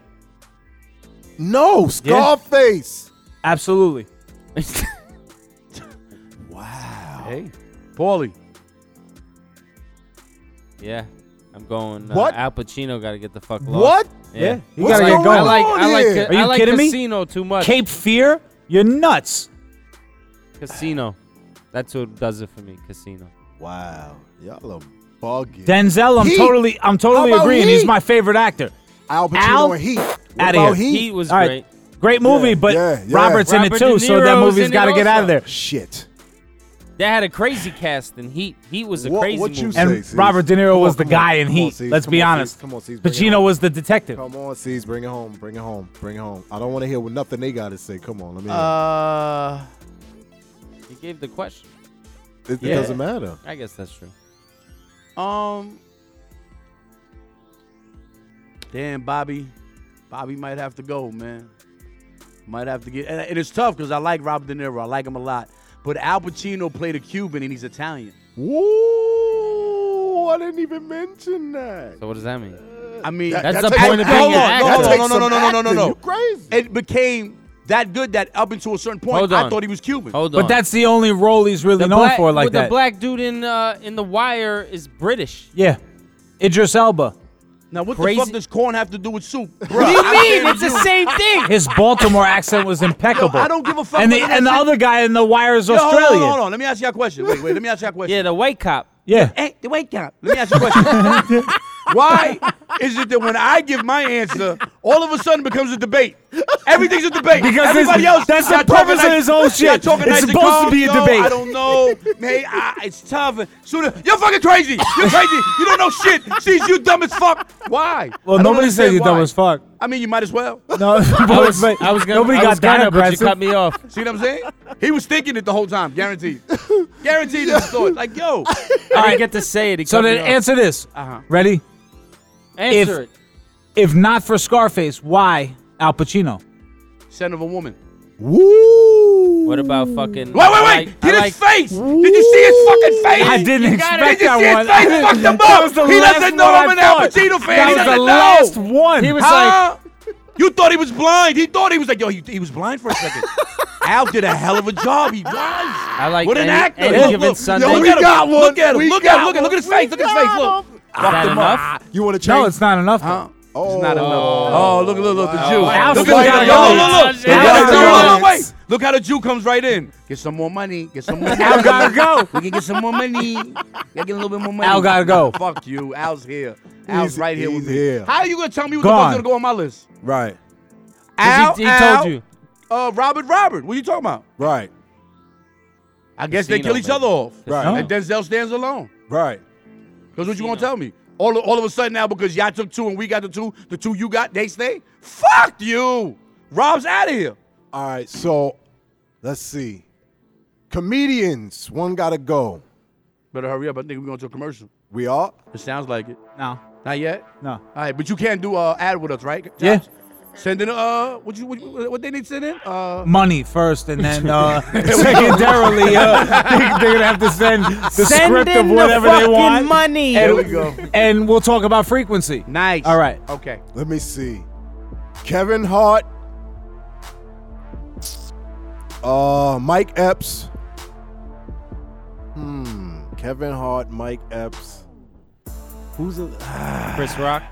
[SPEAKER 3] No, Scarface.
[SPEAKER 5] absolutely.
[SPEAKER 6] Hey. Paulie.
[SPEAKER 7] yeah, I'm going. Uh,
[SPEAKER 3] What?
[SPEAKER 7] Al Pacino gotta get the fuck lost.
[SPEAKER 3] What?
[SPEAKER 7] Yeah.
[SPEAKER 5] he
[SPEAKER 3] What's
[SPEAKER 5] gotta
[SPEAKER 3] going
[SPEAKER 5] get going.
[SPEAKER 7] I like. I like.
[SPEAKER 3] here?
[SPEAKER 7] ca-
[SPEAKER 5] Are you
[SPEAKER 7] I like
[SPEAKER 5] kidding me?
[SPEAKER 7] Casino too much.
[SPEAKER 5] Cape Fear. You're nuts.
[SPEAKER 7] Casino. That's what does it for me. Casino.
[SPEAKER 3] Wow, y'all are bugging.
[SPEAKER 5] Denzel, I'm
[SPEAKER 3] Heat.
[SPEAKER 5] totally, I'm totally
[SPEAKER 3] How about
[SPEAKER 5] agreeing. He's
[SPEAKER 3] Heat?
[SPEAKER 5] my favorite actor.
[SPEAKER 3] Al Pacino
[SPEAKER 5] Al-
[SPEAKER 3] and Heat. What
[SPEAKER 5] Outta
[SPEAKER 3] about
[SPEAKER 5] here.
[SPEAKER 3] Heat?
[SPEAKER 7] He was
[SPEAKER 5] All right. Great
[SPEAKER 7] great.
[SPEAKER 5] movie, but
[SPEAKER 3] yeah, yeah.
[SPEAKER 5] Robert's in it
[SPEAKER 7] Robert
[SPEAKER 5] too,
[SPEAKER 7] De
[SPEAKER 5] so that
[SPEAKER 7] Niro's
[SPEAKER 5] movie's
[SPEAKER 7] in it
[SPEAKER 5] got to get out of
[SPEAKER 7] also.
[SPEAKER 5] there.
[SPEAKER 3] Shit.
[SPEAKER 7] They had a crazy cast in Heat. Heat was a
[SPEAKER 3] What-
[SPEAKER 7] crazy
[SPEAKER 3] what you
[SPEAKER 7] movie.
[SPEAKER 3] say?
[SPEAKER 5] And
[SPEAKER 3] Cease.
[SPEAKER 5] Robert De Niro
[SPEAKER 3] Come on,
[SPEAKER 5] was the
[SPEAKER 3] come
[SPEAKER 5] guy
[SPEAKER 3] on,
[SPEAKER 5] in
[SPEAKER 3] come on,
[SPEAKER 5] Heat.
[SPEAKER 3] Cease,
[SPEAKER 5] Let's
[SPEAKER 3] come
[SPEAKER 5] be
[SPEAKER 3] on, Cease,
[SPEAKER 5] honest.
[SPEAKER 3] come on, Cease, bring it
[SPEAKER 5] Pacino
[SPEAKER 3] home.
[SPEAKER 5] was the detective.
[SPEAKER 3] Come on, C's, bring it home, bring it home, bring it home. I don't want to hear what nothing they got to say. Come on, let me.
[SPEAKER 6] Uh,
[SPEAKER 7] You gave the question.
[SPEAKER 3] it, it
[SPEAKER 7] yeah.
[SPEAKER 3] doesn't matter.
[SPEAKER 7] I guess that's true.
[SPEAKER 6] um. Damn, Bobby. Bobby might have to go, man. Might have to get. And, and it's tough because I like Robert De Niro. I like him a lot. But Al Pacino played a Cuban and he's Italian.
[SPEAKER 3] Whoa! I didn't even mention that.
[SPEAKER 7] So what does that mean?
[SPEAKER 6] I mean,
[SPEAKER 3] that
[SPEAKER 7] That's the
[SPEAKER 3] takes-
[SPEAKER 7] point of
[SPEAKER 3] that- hold
[SPEAKER 7] being an
[SPEAKER 3] on,
[SPEAKER 7] actor.
[SPEAKER 3] hold
[SPEAKER 6] uh, No,
[SPEAKER 3] on,
[SPEAKER 6] no, no,
[SPEAKER 3] hold on,
[SPEAKER 6] no, no, no,
[SPEAKER 3] acting.
[SPEAKER 6] no.
[SPEAKER 3] You crazy?
[SPEAKER 6] it became that good that up until a certain point,
[SPEAKER 7] Hold
[SPEAKER 6] I
[SPEAKER 7] on.
[SPEAKER 6] thought he was Cuban.
[SPEAKER 7] Hold on.
[SPEAKER 5] But that's the only role he's really
[SPEAKER 7] the
[SPEAKER 5] known
[SPEAKER 7] black,
[SPEAKER 5] for, like
[SPEAKER 7] with
[SPEAKER 5] that.
[SPEAKER 7] The black dude in uh, in The Wire is British.
[SPEAKER 5] yeah, Idris Elba.
[SPEAKER 6] now, what
[SPEAKER 7] Crazy-
[SPEAKER 6] the fuck does corn have to do with soup? Bruh,
[SPEAKER 7] What do
[SPEAKER 6] I
[SPEAKER 7] you mean?
[SPEAKER 6] said
[SPEAKER 7] It's the
[SPEAKER 6] you-
[SPEAKER 7] same thing.
[SPEAKER 5] His Baltimore accent was impeccable.
[SPEAKER 6] I don't give a fuck
[SPEAKER 5] And the,
[SPEAKER 6] whether that
[SPEAKER 5] and the
[SPEAKER 6] shit-
[SPEAKER 5] other guy in the wire is
[SPEAKER 6] Yo, hold on,
[SPEAKER 5] Australian.
[SPEAKER 6] Hold on, hold on. Let me ask you a question. Wait, wait. Let me ask you a question.
[SPEAKER 7] Yeah, the white cop.
[SPEAKER 5] Yeah.
[SPEAKER 6] Hey, the wake up. Let me ask you a question. Why is it that when I give my answer, all of a sudden becomes a debate? Everything's a debate.
[SPEAKER 5] Because
[SPEAKER 6] Everybody
[SPEAKER 5] it's-
[SPEAKER 6] else.
[SPEAKER 5] that's the
[SPEAKER 6] y'all talking
[SPEAKER 5] purpose of
[SPEAKER 6] nice-
[SPEAKER 5] this whole
[SPEAKER 6] y'all
[SPEAKER 5] shit.
[SPEAKER 6] talking
[SPEAKER 5] It's
[SPEAKER 6] nice and
[SPEAKER 5] supposed to
[SPEAKER 6] calm.
[SPEAKER 5] be a
[SPEAKER 6] Yo,
[SPEAKER 5] debate.
[SPEAKER 6] I don't know. Hey, I, it's tough. Sooner, you're fucking crazy. You're crazy. You don't know shit. She's you dumb as fuck. Why?
[SPEAKER 5] Well,
[SPEAKER 6] I don't
[SPEAKER 5] nobody said
[SPEAKER 6] understand
[SPEAKER 5] you dumb
[SPEAKER 6] why.
[SPEAKER 5] as fuck.
[SPEAKER 6] I mean, you might as well.
[SPEAKER 5] No,
[SPEAKER 7] I was, I was gonna,
[SPEAKER 5] Oh, nobody
[SPEAKER 7] I
[SPEAKER 5] got
[SPEAKER 7] was
[SPEAKER 5] that
[SPEAKER 7] gonna, but you
[SPEAKER 5] aggressive.
[SPEAKER 7] cut me off.
[SPEAKER 6] See what I'm saying? He was thinking it the whole time, guaranteed. Guaranteed his thought. Like, yo.
[SPEAKER 7] I didn't get to say it. He
[SPEAKER 5] so
[SPEAKER 7] cut me
[SPEAKER 5] then
[SPEAKER 7] off.
[SPEAKER 5] answer this.
[SPEAKER 6] Uh-huh.
[SPEAKER 5] Ready?
[SPEAKER 7] Answer
[SPEAKER 5] if-
[SPEAKER 7] it.
[SPEAKER 5] If not for Scarface, why Al Pacino?
[SPEAKER 6] Son of a woman.
[SPEAKER 3] Woo!
[SPEAKER 7] What about fucking?
[SPEAKER 6] Wait, wait,
[SPEAKER 7] I
[SPEAKER 6] wait!
[SPEAKER 7] like- I
[SPEAKER 6] Did
[SPEAKER 7] like-
[SPEAKER 6] his face? Did you see his fucking face?
[SPEAKER 5] I didn't
[SPEAKER 7] you gotta-
[SPEAKER 5] expect
[SPEAKER 6] Did you see
[SPEAKER 5] that
[SPEAKER 6] his
[SPEAKER 5] one.
[SPEAKER 6] face? Fucked him
[SPEAKER 5] That
[SPEAKER 6] up.
[SPEAKER 5] was the
[SPEAKER 6] He
[SPEAKER 5] last
[SPEAKER 6] doesn't know
[SPEAKER 5] one I
[SPEAKER 6] I'm an Al
[SPEAKER 5] thought.
[SPEAKER 6] Pacino fan.
[SPEAKER 5] That
[SPEAKER 6] He
[SPEAKER 5] was the
[SPEAKER 6] doesn't
[SPEAKER 5] last
[SPEAKER 6] know.
[SPEAKER 5] one.
[SPEAKER 7] He was like,
[SPEAKER 6] Huh? you thought he was blind. He thought he was like, yo, he, he was blind for a second. Al did a hell of a job. He was. I
[SPEAKER 7] like
[SPEAKER 6] what an
[SPEAKER 7] any-
[SPEAKER 6] actor.
[SPEAKER 7] any
[SPEAKER 6] Look,
[SPEAKER 7] given
[SPEAKER 6] look,
[SPEAKER 7] Sunday.
[SPEAKER 6] Yo,
[SPEAKER 7] We
[SPEAKER 6] look at him.
[SPEAKER 3] got one.
[SPEAKER 6] Look at him.
[SPEAKER 3] We
[SPEAKER 6] Look at him.
[SPEAKER 3] got
[SPEAKER 6] Look at look at his
[SPEAKER 3] one.
[SPEAKER 6] face. Look at his face. Look.
[SPEAKER 7] Is that enough?
[SPEAKER 3] You want to change?
[SPEAKER 5] no, it's not enough.
[SPEAKER 6] Huh?
[SPEAKER 3] Oh,
[SPEAKER 6] It's not enough. Oh, look, look, look, the Jew.
[SPEAKER 5] Al's
[SPEAKER 6] Look,
[SPEAKER 5] still
[SPEAKER 6] at-
[SPEAKER 5] gotta
[SPEAKER 6] yo,
[SPEAKER 5] go.
[SPEAKER 6] look, look, look.
[SPEAKER 5] Al's
[SPEAKER 6] Look how the
[SPEAKER 5] gotta
[SPEAKER 6] Jew-
[SPEAKER 5] go.
[SPEAKER 6] look, wait. Look how the Jew comes right in. Get some more money. Get some more money.
[SPEAKER 5] Al gotta go.
[SPEAKER 6] We can get some more money. Gotta get a little bit more money.
[SPEAKER 5] Al gotta go.
[SPEAKER 6] Fuck you. Al's here. Al's
[SPEAKER 3] He's-
[SPEAKER 6] right here with
[SPEAKER 3] he's
[SPEAKER 6] me.
[SPEAKER 3] here.
[SPEAKER 6] How are you gonna tell me what
[SPEAKER 5] Gone.
[SPEAKER 6] the fuck's gonna go on my list?
[SPEAKER 3] Right,
[SPEAKER 6] Al,
[SPEAKER 7] he, he
[SPEAKER 6] Al,
[SPEAKER 7] told you.
[SPEAKER 6] Uh, Robert, Robert. What are you talking about?
[SPEAKER 3] right,
[SPEAKER 6] I guess they
[SPEAKER 7] Casino,
[SPEAKER 6] kill each
[SPEAKER 7] baby.
[SPEAKER 6] other off.
[SPEAKER 3] Right.
[SPEAKER 6] And Denzel stands alone.
[SPEAKER 3] right.
[SPEAKER 6] Because what you
[SPEAKER 7] Casino.
[SPEAKER 6] gonna tell me? All of, all of a sudden now, because y'all took two and we got the two, the two you got, they stay? Fuck you! Rob's out of here.
[SPEAKER 3] All right, so let's see. Comedians, one gotta go.
[SPEAKER 6] Better hurry up. I think we're going to a commercial.
[SPEAKER 3] We are.
[SPEAKER 6] It sounds like it.
[SPEAKER 5] No,
[SPEAKER 6] Not yet?
[SPEAKER 5] no.
[SPEAKER 6] All right, but you can't do uh ad with us, right?
[SPEAKER 5] Yeah.
[SPEAKER 6] Josh? Send in uh what you what, you- what they need to send in? Uh
[SPEAKER 5] Money first, and then uh, secondarily, uh, they, they're gonna have to send the
[SPEAKER 7] Send
[SPEAKER 5] script of
[SPEAKER 7] in the
[SPEAKER 5] whatever they
[SPEAKER 7] fucking
[SPEAKER 5] want.
[SPEAKER 7] money.
[SPEAKER 5] And,
[SPEAKER 6] There we go.
[SPEAKER 5] and we'll talk about frequency.
[SPEAKER 6] nice.
[SPEAKER 5] All right.
[SPEAKER 6] Okay.
[SPEAKER 3] Let me see. Kevin Hart, uh, Mike Epps. Hmm. Kevin Hart, Mike Epps. Who's a ah,
[SPEAKER 7] Chris Rock.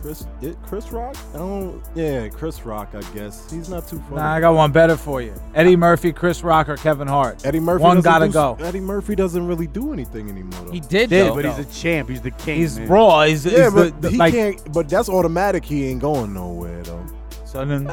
[SPEAKER 3] Chris? It, Chris Rock? I don't. Yeah, Chris Rock. I guess he's not too funny.
[SPEAKER 5] Nah, I got one better for you. Eddie Murphy, Chris Rock, or Kevin Hart.
[SPEAKER 3] Eddie Murphy.
[SPEAKER 5] One
[SPEAKER 3] doesn't
[SPEAKER 5] gotta
[SPEAKER 3] do-
[SPEAKER 5] go.
[SPEAKER 3] Eddie Murphy doesn't really do anything anymore. Though.
[SPEAKER 7] He did,
[SPEAKER 5] Did,
[SPEAKER 7] though.
[SPEAKER 6] But he's a champ. He's the king.
[SPEAKER 5] He's
[SPEAKER 6] man.
[SPEAKER 5] raw. He's,
[SPEAKER 3] yeah,
[SPEAKER 5] he's
[SPEAKER 3] but
[SPEAKER 5] the, the,
[SPEAKER 3] he
[SPEAKER 5] like,
[SPEAKER 3] can't. But that's automatic. He ain't going nowhere though.
[SPEAKER 5] so then-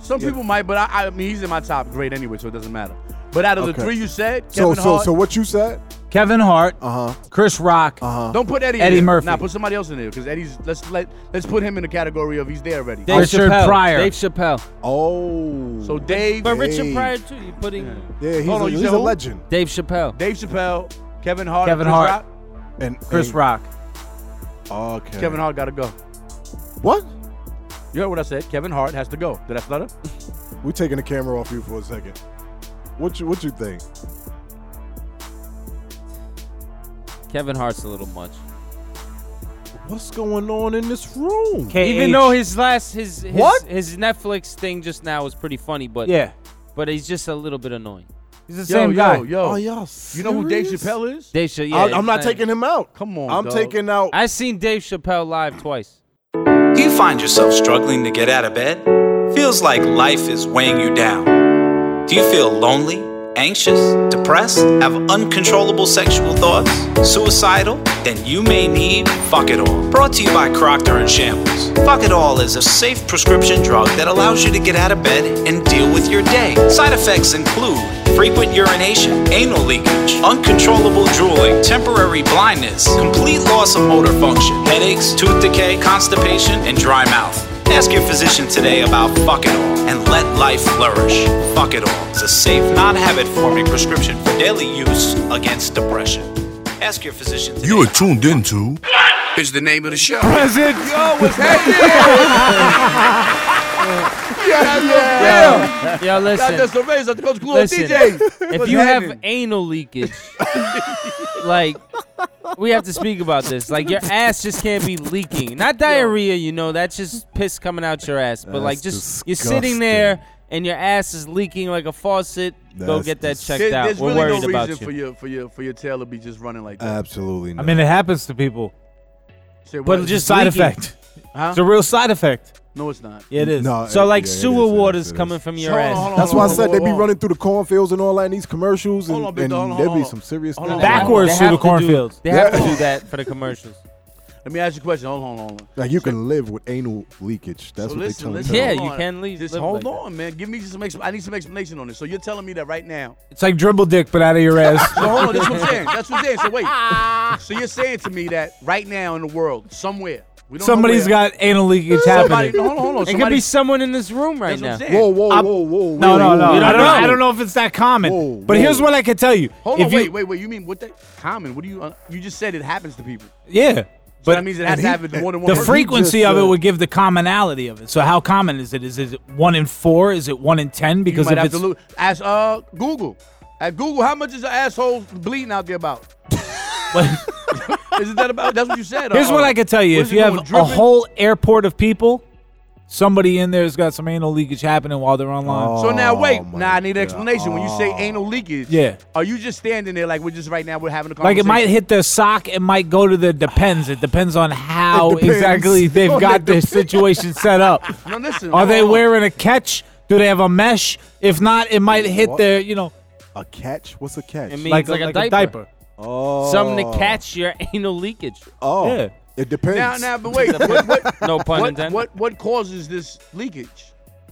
[SPEAKER 6] Some people might, but I, I mean, he's in my top grade anyway, so it doesn't matter. But out of
[SPEAKER 3] Okay.
[SPEAKER 6] the three you said,
[SPEAKER 3] So
[SPEAKER 6] Kevin
[SPEAKER 3] so
[SPEAKER 6] Hart,
[SPEAKER 3] so what you said?
[SPEAKER 5] Kevin Hart,
[SPEAKER 3] Uh huh.
[SPEAKER 5] Chris Rock.
[SPEAKER 3] Uh huh.
[SPEAKER 6] don't put Eddie. in
[SPEAKER 5] Eddie
[SPEAKER 6] there.
[SPEAKER 5] Murphy.
[SPEAKER 6] Nah, put somebody else in there because Eddie's. Let's let let's put him in the category of he's there already.
[SPEAKER 7] Dave
[SPEAKER 5] Richard
[SPEAKER 7] Chappelle.
[SPEAKER 5] Pryor.
[SPEAKER 7] Dave Chappelle.
[SPEAKER 3] Oh.
[SPEAKER 6] So Dave,
[SPEAKER 7] But
[SPEAKER 3] Dave.
[SPEAKER 7] Richard Pryor, too. You're putting
[SPEAKER 3] Yeah, he's,
[SPEAKER 6] Hold
[SPEAKER 3] a,
[SPEAKER 6] on, you
[SPEAKER 3] he's
[SPEAKER 6] said
[SPEAKER 3] a
[SPEAKER 6] who?
[SPEAKER 3] legend.
[SPEAKER 7] Dave Chappelle.
[SPEAKER 6] Dave Chappelle, Kevin Hart,
[SPEAKER 5] Kevin
[SPEAKER 6] Chris
[SPEAKER 5] Hart.
[SPEAKER 6] Rock.
[SPEAKER 3] And
[SPEAKER 5] Chris
[SPEAKER 3] and-
[SPEAKER 5] Rock.
[SPEAKER 3] Okay.
[SPEAKER 6] Kevin Hart got to go.
[SPEAKER 3] What?
[SPEAKER 6] You heard what I said. Kevin Hart has to go. Did I stutter?
[SPEAKER 3] We're taking the camera off you for a second. What you what you think?
[SPEAKER 7] Kevin Hart's a little much.
[SPEAKER 3] What's going on in this room?
[SPEAKER 7] Even
[SPEAKER 5] KH.
[SPEAKER 7] though his last his his,
[SPEAKER 5] What?
[SPEAKER 7] his Netflix thing just now was pretty funny, but
[SPEAKER 5] Yeah.
[SPEAKER 7] but he's just a little bit annoying.
[SPEAKER 5] He's the same
[SPEAKER 6] yo,
[SPEAKER 5] guy.
[SPEAKER 6] yo, yo.
[SPEAKER 3] Are y'all
[SPEAKER 6] you know who Dave
[SPEAKER 3] Oh, serious?
[SPEAKER 6] Chappelle is?
[SPEAKER 7] Dave Chappelle.
[SPEAKER 3] I- I'm not taking him out.
[SPEAKER 6] Come on,
[SPEAKER 3] I'm
[SPEAKER 6] dog.
[SPEAKER 3] taking out.
[SPEAKER 7] I've seen Dave Chappelle live twice.
[SPEAKER 2] Do you find yourself struggling to get out of bed? Feels like life is weighing you down. Do you feel lonely, anxious, depressed, have uncontrollable sexual thoughts, suicidal? Then you may need Fuck It All. Brought to you by Procter and Shambles. Fuck It All is a safe prescription drug that allows you to get out of bed and deal with your day. Side effects include frequent urination, anal leakage, uncontrollable drooling, temporary blindness, complete loss of motor function, headaches, tooth decay, constipation, and dry mouth. Ask your physician today about Fuck It All and let life flourish. Fuck It All is a safe, non habit forming prescription for daily use against depression. Ask your physician today.
[SPEAKER 4] You are tuned into. Is the name of the show.
[SPEAKER 7] Yo, listen.
[SPEAKER 6] That's the Razor, the Coach Glue,
[SPEAKER 7] Listen,
[SPEAKER 6] DJ.
[SPEAKER 7] if you have anal leakage, like we have to speak about this. Like your ass just can't be leaking. Not diarrhea, you know, that's just piss coming out your ass. But like just
[SPEAKER 3] That's
[SPEAKER 7] you're sitting there and your ass is leaking like a faucet. Go
[SPEAKER 3] That's
[SPEAKER 7] get that checked
[SPEAKER 6] There-
[SPEAKER 7] out.
[SPEAKER 6] there's
[SPEAKER 7] We're
[SPEAKER 6] really
[SPEAKER 7] worried
[SPEAKER 6] no
[SPEAKER 7] about
[SPEAKER 6] reason
[SPEAKER 7] you.
[SPEAKER 6] for your for your for your tail to be just running like
[SPEAKER 3] Uh,
[SPEAKER 6] that.
[SPEAKER 3] Absolutely
[SPEAKER 5] I
[SPEAKER 3] not.
[SPEAKER 5] mean, it happens to people,
[SPEAKER 6] Say
[SPEAKER 7] but
[SPEAKER 6] what?
[SPEAKER 7] just
[SPEAKER 5] side
[SPEAKER 7] leaking.
[SPEAKER 5] effect.
[SPEAKER 6] Huh?
[SPEAKER 5] It's a real side effect.
[SPEAKER 6] no, it's not.
[SPEAKER 5] Yeah, it is.
[SPEAKER 3] No,
[SPEAKER 7] So
[SPEAKER 3] it-
[SPEAKER 7] like
[SPEAKER 3] yeah, it
[SPEAKER 7] sewer
[SPEAKER 3] is, it
[SPEAKER 7] water's
[SPEAKER 3] is, it
[SPEAKER 7] coming
[SPEAKER 3] is.
[SPEAKER 7] from your
[SPEAKER 6] Hold on,
[SPEAKER 7] ass.
[SPEAKER 6] hold on,
[SPEAKER 3] That's
[SPEAKER 6] hold
[SPEAKER 3] why I
[SPEAKER 6] on,
[SPEAKER 3] said
[SPEAKER 6] hold
[SPEAKER 3] they be
[SPEAKER 6] on, hold on.
[SPEAKER 3] running through the cornfields and all that in these commercials, and,
[SPEAKER 6] Hold on, big
[SPEAKER 3] and
[SPEAKER 6] dog, hold on,
[SPEAKER 3] there
[SPEAKER 6] hold
[SPEAKER 3] be
[SPEAKER 6] on.
[SPEAKER 3] some serious
[SPEAKER 6] Hold
[SPEAKER 3] things.
[SPEAKER 6] on, hold on.
[SPEAKER 5] Backwards
[SPEAKER 7] They
[SPEAKER 5] through the
[SPEAKER 7] have to do-
[SPEAKER 5] cornfields.
[SPEAKER 7] They have to do that for the commercials.
[SPEAKER 6] Let me ask you a question. Hold on, hold on, hold on.
[SPEAKER 3] Like you can live with anal leakage. That's
[SPEAKER 6] So
[SPEAKER 3] what
[SPEAKER 6] listen,
[SPEAKER 3] they
[SPEAKER 6] listen,
[SPEAKER 3] tell me.
[SPEAKER 7] Yeah,
[SPEAKER 6] hold
[SPEAKER 7] you
[SPEAKER 6] on.
[SPEAKER 7] can leave-
[SPEAKER 6] Just
[SPEAKER 7] live
[SPEAKER 6] hold
[SPEAKER 7] like
[SPEAKER 6] on, man. Give me some. Ex- I need some explanation on this. So you're telling me that right now.
[SPEAKER 5] It's like dribble dick, but out of your ass.
[SPEAKER 6] So hold on. That's what I'm saying. That's what I'm saying. So wait. So you're saying to me that right now in the world, somewhere, we don't
[SPEAKER 5] Somebody's
[SPEAKER 6] know where,
[SPEAKER 5] got anal leakage
[SPEAKER 6] somebody.
[SPEAKER 5] happening.
[SPEAKER 6] Hold on, hold on.
[SPEAKER 7] It could be
[SPEAKER 6] Somebody,
[SPEAKER 7] someone in this room right
[SPEAKER 6] that's what
[SPEAKER 7] now.
[SPEAKER 6] I'm saying.
[SPEAKER 3] Whoa, whoa,
[SPEAKER 5] I'm-
[SPEAKER 3] whoa, whoa.
[SPEAKER 5] No,
[SPEAKER 3] wait,
[SPEAKER 5] no,
[SPEAKER 3] wait,
[SPEAKER 5] no.
[SPEAKER 3] wait,
[SPEAKER 5] I don't know.
[SPEAKER 3] wait.
[SPEAKER 5] I don't know if it's that common.
[SPEAKER 3] Whoa,
[SPEAKER 5] but
[SPEAKER 3] whoa.
[SPEAKER 5] here's what I can tell you.
[SPEAKER 6] Hold
[SPEAKER 5] if
[SPEAKER 6] on,
[SPEAKER 5] you,
[SPEAKER 6] wait, wait, wait. You mean what? The, common? What do you? Uh, you just said it happens to people.
[SPEAKER 5] Yeah.
[SPEAKER 6] So
[SPEAKER 5] But
[SPEAKER 6] that means it has to happen to more than one.
[SPEAKER 5] the
[SPEAKER 6] person.
[SPEAKER 5] frequency
[SPEAKER 3] just,
[SPEAKER 5] of it
[SPEAKER 3] uh,
[SPEAKER 5] would give the commonality of it. So how common is it? Is it one in four? Is it one in ten?
[SPEAKER 6] You
[SPEAKER 5] Because
[SPEAKER 6] might
[SPEAKER 5] if
[SPEAKER 6] have
[SPEAKER 5] it's
[SPEAKER 6] to lose. Ask uh, Google. At Google, how much is an asshole bleeding out there about? Isn't that about? That's what you said.
[SPEAKER 5] here's
[SPEAKER 6] uh,
[SPEAKER 5] what I can tell you:
[SPEAKER 6] what is
[SPEAKER 5] if
[SPEAKER 6] it
[SPEAKER 5] you
[SPEAKER 6] called,
[SPEAKER 5] have a
[SPEAKER 6] dripping?
[SPEAKER 5] whole airport of people, somebody in there's got some anal leakage happening while they're online.
[SPEAKER 6] So now wait,
[SPEAKER 3] my
[SPEAKER 6] now I need an
[SPEAKER 3] God.
[SPEAKER 6] explanation. When you say anal leakage,
[SPEAKER 5] Oh. Yeah.
[SPEAKER 6] are you just standing there like we're just right now we're having a
[SPEAKER 5] like
[SPEAKER 6] conversation?
[SPEAKER 5] it might hit their sock. It might go to the depends. It depends on how
[SPEAKER 3] It depends.
[SPEAKER 5] exactly they've
[SPEAKER 3] It
[SPEAKER 5] got their situation set up.
[SPEAKER 6] No, listen.
[SPEAKER 5] Are
[SPEAKER 6] hold
[SPEAKER 5] they
[SPEAKER 6] on.
[SPEAKER 5] wearing a catch? Do they have a mesh? If not, it might hit
[SPEAKER 3] What?
[SPEAKER 5] their you know
[SPEAKER 3] A catch? What's a catch?
[SPEAKER 7] It means
[SPEAKER 5] like,
[SPEAKER 7] like,
[SPEAKER 5] like
[SPEAKER 7] a, diaper.
[SPEAKER 3] oh,
[SPEAKER 7] Something to catch your anal leakage.
[SPEAKER 3] Oh,
[SPEAKER 5] Yeah.
[SPEAKER 3] it depends.
[SPEAKER 6] Now, now, but wait. what, what,
[SPEAKER 7] No pun
[SPEAKER 6] what,
[SPEAKER 7] intended.
[SPEAKER 6] what, what causes this leakage?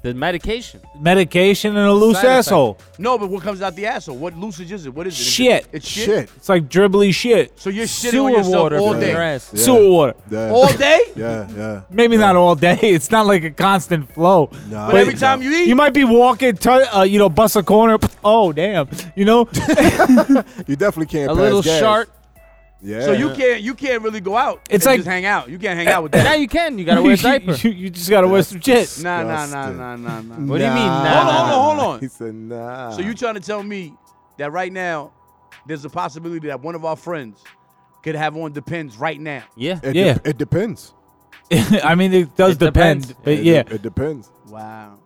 [SPEAKER 7] The medication.
[SPEAKER 5] medication and a loose
[SPEAKER 7] Side effect.
[SPEAKER 5] asshole.
[SPEAKER 6] No, but what comes out the asshole? What loosage is it? What is it? Is it-
[SPEAKER 5] Shit.
[SPEAKER 6] It's shit.
[SPEAKER 3] Shit.
[SPEAKER 5] It's like dribbly shit.
[SPEAKER 6] So you're shitting
[SPEAKER 7] Sewer
[SPEAKER 6] on yourself
[SPEAKER 7] water
[SPEAKER 6] all
[SPEAKER 7] from
[SPEAKER 6] day.
[SPEAKER 7] your ass.
[SPEAKER 3] Yeah.
[SPEAKER 5] Sewer water.
[SPEAKER 3] Yeah.
[SPEAKER 6] All day?
[SPEAKER 3] Yeah, yeah.
[SPEAKER 5] Maybe not all day. It's not like a constant flow.
[SPEAKER 3] Nah,
[SPEAKER 6] But every time you eat,
[SPEAKER 5] You might be walking, tu- uh, you know, bust a corner. Oh damn! You know,
[SPEAKER 3] you definitely can't.
[SPEAKER 7] A
[SPEAKER 3] pass
[SPEAKER 7] little
[SPEAKER 3] gas.
[SPEAKER 7] shark.
[SPEAKER 3] Yeah.
[SPEAKER 6] so you can't you can't really go out. and
[SPEAKER 5] It's like- Eh,
[SPEAKER 6] just hang out. You can't hang out with
[SPEAKER 7] Now
[SPEAKER 6] that.
[SPEAKER 7] you can. You gotta wear a diaper.
[SPEAKER 5] you, you just gotta wear some shit.
[SPEAKER 6] Nah, nah, nah,
[SPEAKER 3] disgusting.
[SPEAKER 6] nah, nah, nah.
[SPEAKER 7] What do you mean,
[SPEAKER 3] Nah.
[SPEAKER 7] nah?
[SPEAKER 6] Hold on, hold on, hold
[SPEAKER 3] He
[SPEAKER 6] on.
[SPEAKER 3] said, nah.
[SPEAKER 6] So you trying to tell me that right now there's a possibility that one of our friends could have on depends right now?
[SPEAKER 7] yeah.
[SPEAKER 3] It,
[SPEAKER 5] Yeah.
[SPEAKER 3] dep- it depends.
[SPEAKER 5] I mean, it does
[SPEAKER 7] It
[SPEAKER 5] depend,
[SPEAKER 7] depends.
[SPEAKER 5] but
[SPEAKER 3] It-
[SPEAKER 5] yeah,
[SPEAKER 3] it depends.
[SPEAKER 6] Wow.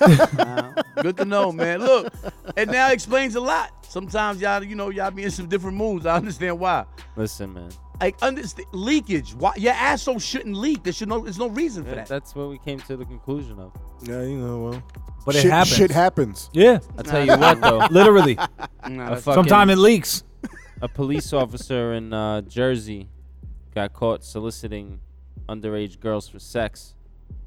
[SPEAKER 6] wow. Good to know, man. Look, and now explains a lot. Sometimes y'all, you know, y'all be in some different moods. I understand why.
[SPEAKER 7] Listen, man.
[SPEAKER 6] Like understand leakage. Why your asshole shouldn't leak. There should no there's no reason for that.
[SPEAKER 7] That's what we came to the conclusion of.
[SPEAKER 3] Yeah, you know. Well,
[SPEAKER 5] but
[SPEAKER 3] shit,
[SPEAKER 5] it happens.
[SPEAKER 3] Shit happens.
[SPEAKER 5] yeah,
[SPEAKER 7] I tell you what, though,
[SPEAKER 5] literally.
[SPEAKER 6] Nah,
[SPEAKER 7] a
[SPEAKER 6] that's-
[SPEAKER 7] fucking,
[SPEAKER 5] Sometimes it leaks.
[SPEAKER 7] a police officer in uh, Jersey got caught soliciting underage girls for sex,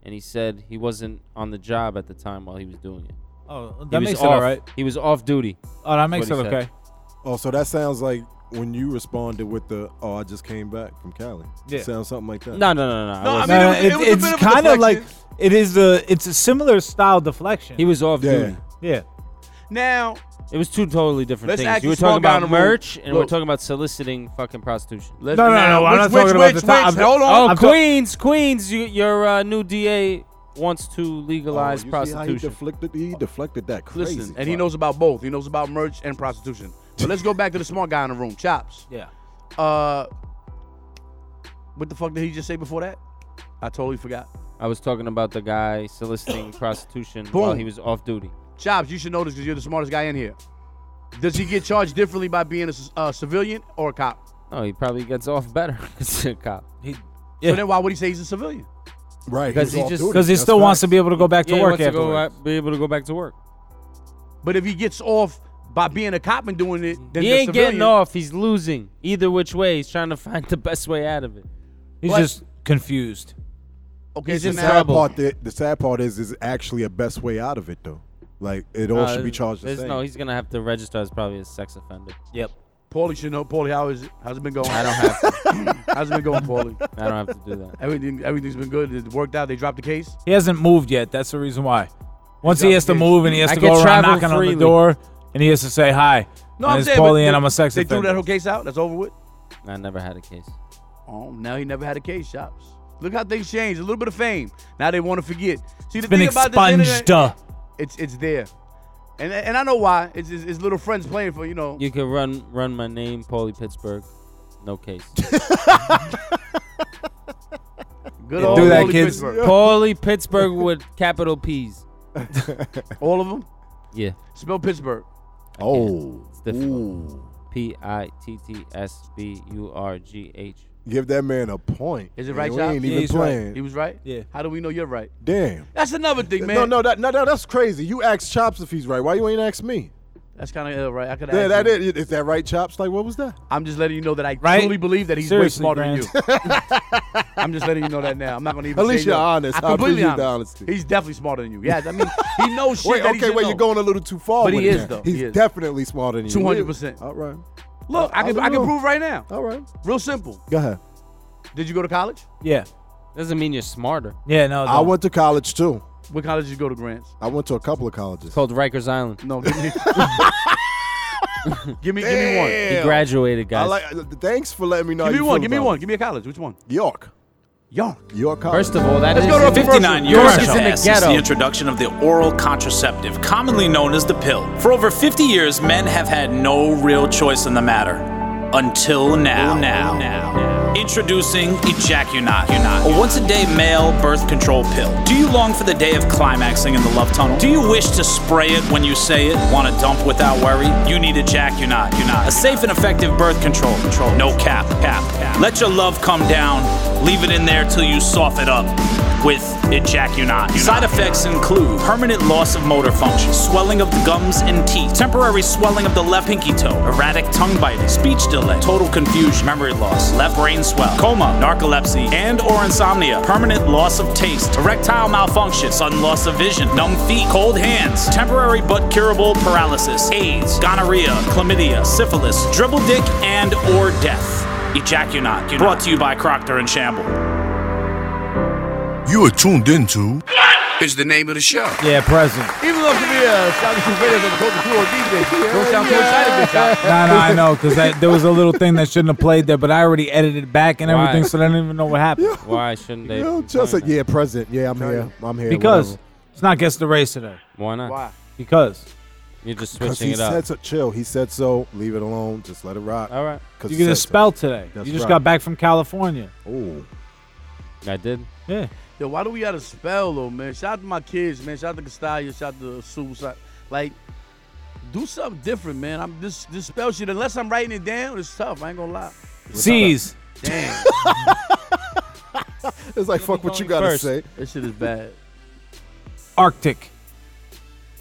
[SPEAKER 7] and he said he wasn't on the job at the time while he was doing it.
[SPEAKER 5] Oh,
[SPEAKER 7] He
[SPEAKER 5] that
[SPEAKER 7] was
[SPEAKER 5] makes it
[SPEAKER 7] off.
[SPEAKER 5] all right.
[SPEAKER 7] He was off duty.
[SPEAKER 5] Oh, that makes it
[SPEAKER 7] what he said.
[SPEAKER 5] okay.
[SPEAKER 3] Oh, so that sounds like when you responded with the "Oh, I just came back from Cali."
[SPEAKER 5] Yeah.
[SPEAKER 3] Sounds something like that.
[SPEAKER 7] No, no, no, no. no.
[SPEAKER 6] No,
[SPEAKER 7] I
[SPEAKER 6] I
[SPEAKER 7] wasn't.
[SPEAKER 6] mean,
[SPEAKER 5] No,
[SPEAKER 6] it was- it was a
[SPEAKER 5] it's
[SPEAKER 6] bit of a
[SPEAKER 5] kind of like
[SPEAKER 6] deflection.
[SPEAKER 5] it is a. It's a similar style deflection.
[SPEAKER 7] he was off
[SPEAKER 3] Yeah.
[SPEAKER 7] duty.
[SPEAKER 5] yeah.
[SPEAKER 6] now
[SPEAKER 7] It was two totally different
[SPEAKER 6] Let's
[SPEAKER 7] things.
[SPEAKER 6] act
[SPEAKER 7] You were
[SPEAKER 6] the small
[SPEAKER 7] talking
[SPEAKER 6] guy in
[SPEAKER 7] about
[SPEAKER 6] the room.
[SPEAKER 7] merch, and we're
[SPEAKER 6] Look.
[SPEAKER 7] talking about soliciting fucking prostitution.
[SPEAKER 6] let's
[SPEAKER 5] No, no,
[SPEAKER 6] now,
[SPEAKER 5] no, I'm not
[SPEAKER 6] which,
[SPEAKER 5] talking
[SPEAKER 6] which,
[SPEAKER 5] about the top.
[SPEAKER 6] which, Hold
[SPEAKER 7] Oh,
[SPEAKER 6] on.
[SPEAKER 5] I'm talk-
[SPEAKER 7] Queens, Queens, you, your uh, new DA wants to
[SPEAKER 3] Oh,
[SPEAKER 7] legalize
[SPEAKER 3] you see how he
[SPEAKER 7] prostitution.
[SPEAKER 3] deflected. He deflected that crazy.
[SPEAKER 6] Listen, and he knows about both. He knows about merch and prostitution. But let's go back to the smart guy in the room, Chops.
[SPEAKER 5] Yeah.
[SPEAKER 6] Uh, what the fuck did he just say before that? I totally forgot.
[SPEAKER 7] I was talking about the guy soliciting prostitution
[SPEAKER 6] Boom.
[SPEAKER 7] while he was off duty.
[SPEAKER 6] Chops, you should know this because you're the smartest guy in here. Does he get charged differently by being a c- a civilian or a cop?
[SPEAKER 7] Oh, he probably gets off better because he's a cop.
[SPEAKER 5] He
[SPEAKER 6] So then why would he say he's a civilian?
[SPEAKER 3] right?
[SPEAKER 7] because
[SPEAKER 3] was
[SPEAKER 7] he
[SPEAKER 3] off
[SPEAKER 7] just-
[SPEAKER 3] duty.
[SPEAKER 5] because he
[SPEAKER 3] That's
[SPEAKER 5] still wants to
[SPEAKER 3] facts.
[SPEAKER 5] be able to go back to
[SPEAKER 7] Yeah, he
[SPEAKER 5] work
[SPEAKER 7] wants to go
[SPEAKER 5] afterwards.
[SPEAKER 7] out- be able to go back to work.
[SPEAKER 6] But if he gets off by being a cop and doing it, then
[SPEAKER 7] he
[SPEAKER 6] the
[SPEAKER 7] ain't
[SPEAKER 6] civilian,
[SPEAKER 7] getting off. He's losing either which way. He's trying to find the best way out of it.
[SPEAKER 5] He's
[SPEAKER 6] What?
[SPEAKER 5] just confused.
[SPEAKER 6] Okay,
[SPEAKER 7] He's
[SPEAKER 6] so
[SPEAKER 7] in
[SPEAKER 6] now,
[SPEAKER 3] Sad
[SPEAKER 7] trouble.
[SPEAKER 3] part that, the sad part is is actually a best way out of it though. Like it all
[SPEAKER 7] Uh,
[SPEAKER 3] should be charged the
[SPEAKER 7] there's-
[SPEAKER 3] same.
[SPEAKER 7] No, he's gonna have to register as probably a sex offender.
[SPEAKER 5] Yep.
[SPEAKER 6] Paulie should know. Paulie, how is it? How's it been going?
[SPEAKER 7] I don't have to.
[SPEAKER 6] How's it been going, Paulie?
[SPEAKER 7] I don't have to do that.
[SPEAKER 6] Everything, everything's been good. It worked out. They dropped the case.
[SPEAKER 5] He hasn't moved yet. That's the reason why. Once he has to
[SPEAKER 6] Yeah.
[SPEAKER 5] move and he has
[SPEAKER 7] I
[SPEAKER 5] to
[SPEAKER 7] can
[SPEAKER 5] go around
[SPEAKER 7] travel
[SPEAKER 5] knocking on
[SPEAKER 7] freely.
[SPEAKER 5] the door and he has to say hi. and it's
[SPEAKER 6] but
[SPEAKER 5] Paulie and
[SPEAKER 6] they-
[SPEAKER 5] I'm a sex
[SPEAKER 6] They
[SPEAKER 5] offender.
[SPEAKER 6] threw that whole case out. That's over with.
[SPEAKER 7] I never had a case.
[SPEAKER 6] Oh, now he never had a case, Shops. Look how things changed. A little bit of fame. Now they want to forget. See, the
[SPEAKER 5] Been
[SPEAKER 6] thing about this internet,
[SPEAKER 5] expunged. uh.
[SPEAKER 6] it's it's there, and and I know why. It's, it's, it's little friends playing for you know.
[SPEAKER 7] You can run run my name, Paulie Pittsburgh. No case.
[SPEAKER 6] Good
[SPEAKER 7] Yeah,
[SPEAKER 6] old
[SPEAKER 7] do
[SPEAKER 5] that,
[SPEAKER 6] Paulie
[SPEAKER 5] kids.
[SPEAKER 6] Pittsburgh.
[SPEAKER 7] Paulie Pittsburgh with capital P's.
[SPEAKER 6] All of them
[SPEAKER 7] Yeah,
[SPEAKER 6] spell Pittsburgh.
[SPEAKER 3] oh,
[SPEAKER 7] it's difficult. P I T T S B U R G H.
[SPEAKER 3] give that man a point.
[SPEAKER 6] Is it
[SPEAKER 3] Man,
[SPEAKER 6] right,
[SPEAKER 3] We
[SPEAKER 6] Chop?
[SPEAKER 3] ain't
[SPEAKER 6] Yeah,
[SPEAKER 3] even
[SPEAKER 5] he's right.
[SPEAKER 3] playing.
[SPEAKER 6] He was right.
[SPEAKER 5] Yeah.
[SPEAKER 6] How do we know you're right?
[SPEAKER 3] Damn.
[SPEAKER 6] That's another thing, man.
[SPEAKER 3] No, no, that, no, no, that's crazy. You asked Chops if he's right. Why you ain't asked me?
[SPEAKER 6] That's kind of ill, right? I could.
[SPEAKER 3] Yeah, that is. Is that right, Chops? Like, what was that?
[SPEAKER 6] I'm just letting you know that I
[SPEAKER 5] Right?
[SPEAKER 6] truly believe that he's
[SPEAKER 5] Seriously,
[SPEAKER 6] way smarter
[SPEAKER 5] Grant.
[SPEAKER 6] than you. I'm just letting you know that now. I'm not gonna even.
[SPEAKER 3] At least
[SPEAKER 6] say
[SPEAKER 3] you're
[SPEAKER 6] no.
[SPEAKER 3] honest.
[SPEAKER 6] I
[SPEAKER 3] I
[SPEAKER 6] completely
[SPEAKER 3] appreciate the
[SPEAKER 6] honest.
[SPEAKER 3] honesty.
[SPEAKER 6] He's definitely smarter than you. Yeah, I mean, he knows shit.
[SPEAKER 3] Wait,
[SPEAKER 6] that he
[SPEAKER 3] okay,
[SPEAKER 6] should
[SPEAKER 3] wait,
[SPEAKER 6] know.
[SPEAKER 3] you're going a little too far.
[SPEAKER 6] But
[SPEAKER 3] with
[SPEAKER 6] he
[SPEAKER 3] it
[SPEAKER 6] is,
[SPEAKER 3] now.
[SPEAKER 6] though.
[SPEAKER 3] He's
[SPEAKER 6] He is.
[SPEAKER 3] definitely smarter than you.
[SPEAKER 6] 200%.
[SPEAKER 3] All right,
[SPEAKER 6] Look, I can
[SPEAKER 3] I
[SPEAKER 6] I can
[SPEAKER 3] know.
[SPEAKER 6] prove right now.
[SPEAKER 3] all right.
[SPEAKER 6] Real simple.
[SPEAKER 3] Go ahead.
[SPEAKER 6] Did you go to college?
[SPEAKER 5] Yeah.
[SPEAKER 7] Doesn't mean you're smarter.
[SPEAKER 5] Yeah, no.
[SPEAKER 3] I
[SPEAKER 5] don't.
[SPEAKER 3] went to college too.
[SPEAKER 6] What college did you go to, Grants?
[SPEAKER 3] I went to a couple of colleges.
[SPEAKER 7] Called Rikers Island.
[SPEAKER 6] No, give me. give me, give me one.
[SPEAKER 7] He graduated, guys.
[SPEAKER 3] I like. uh, Thanks for letting me know.
[SPEAKER 6] Give me
[SPEAKER 3] you
[SPEAKER 6] one.
[SPEAKER 3] feel
[SPEAKER 6] Give me
[SPEAKER 3] about
[SPEAKER 6] one.
[SPEAKER 3] it.
[SPEAKER 6] Give me a college. Which one?
[SPEAKER 3] York.
[SPEAKER 6] York.
[SPEAKER 3] York College.
[SPEAKER 7] First of all, that is
[SPEAKER 6] Let's go to a
[SPEAKER 2] 59
[SPEAKER 7] York
[SPEAKER 2] Europe
[SPEAKER 7] is in the
[SPEAKER 2] Fest is the
[SPEAKER 7] ghetto.
[SPEAKER 2] introduction of the oral contraceptive, commonly known as the pill. For over 50 years, men have had no real choice in the matter. Until now. now. now. Introducing e- Ejaculate, a once a day male birth control pill. Do you long for the day of climaxing in the love tunnel? Do you wish to spray it when you say it? Want to dump without worry? You need Ejaculate, a safe and effective birth control. control. No cap, cap, cap. Let your love come down, leave it in there till you soft it up with Ejaculate. Side effects include permanent loss of motor function, swelling of the gums and teeth, temporary swelling of the left pinky toe, erratic tongue biting, speech delay, total confusion, memory loss, left brain swell, coma, narcolepsy, and or insomnia, permanent loss of taste, erectile malfunction, sudden loss of vision, numb feet, cold hands, temporary but curable paralysis, AIDS, gonorrhea, chlamydia, syphilis, dribble dick, and or death. Ejaculate. Brought to you by Procter and Shamble.
[SPEAKER 4] You are tuned into. Is the name of the show.
[SPEAKER 5] yeah, present.
[SPEAKER 6] Even though Camille sounded too great as a Coca Cola DJ, don't sound too excited, bitch.
[SPEAKER 5] no, no, I know because there was a little thing that shouldn't have played there, but I already edited it back and
[SPEAKER 7] Why?
[SPEAKER 5] everything, so I don't even know what happened.
[SPEAKER 7] Why shouldn't they?
[SPEAKER 3] No, just like,
[SPEAKER 7] Why not?
[SPEAKER 3] yeah, present. Yeah, I'm here. I'm here.
[SPEAKER 5] because
[SPEAKER 3] whatever.
[SPEAKER 5] it's not against the race today.
[SPEAKER 7] Why not?
[SPEAKER 6] Why?
[SPEAKER 5] Because
[SPEAKER 7] You're just
[SPEAKER 3] 'Cause
[SPEAKER 7] switching
[SPEAKER 3] he
[SPEAKER 7] it
[SPEAKER 3] said
[SPEAKER 7] up.
[SPEAKER 3] so. Chill. He said so. Leave it alone. Just let it rock.
[SPEAKER 7] All right.
[SPEAKER 3] 'Cause
[SPEAKER 5] you
[SPEAKER 3] he
[SPEAKER 5] get a
[SPEAKER 3] said so.
[SPEAKER 5] spell today.
[SPEAKER 3] That's
[SPEAKER 5] you just
[SPEAKER 3] right.
[SPEAKER 5] got back from California.
[SPEAKER 3] Ooh.
[SPEAKER 7] I did.
[SPEAKER 5] Yeah.
[SPEAKER 6] Yo, why do we gotta spell though, man? Shout out to my kids, man. Shout out to Castalia, shout out to Sue. shout- Like, do something different, man. I'm this this spell shit. Unless I'm writing it down, it's tough. I ain't gonna lie.
[SPEAKER 5] C's.
[SPEAKER 6] Damn,
[SPEAKER 3] It's like fuck what you gotta
[SPEAKER 7] first.
[SPEAKER 3] say.
[SPEAKER 6] this shit is bad.
[SPEAKER 5] Arctic.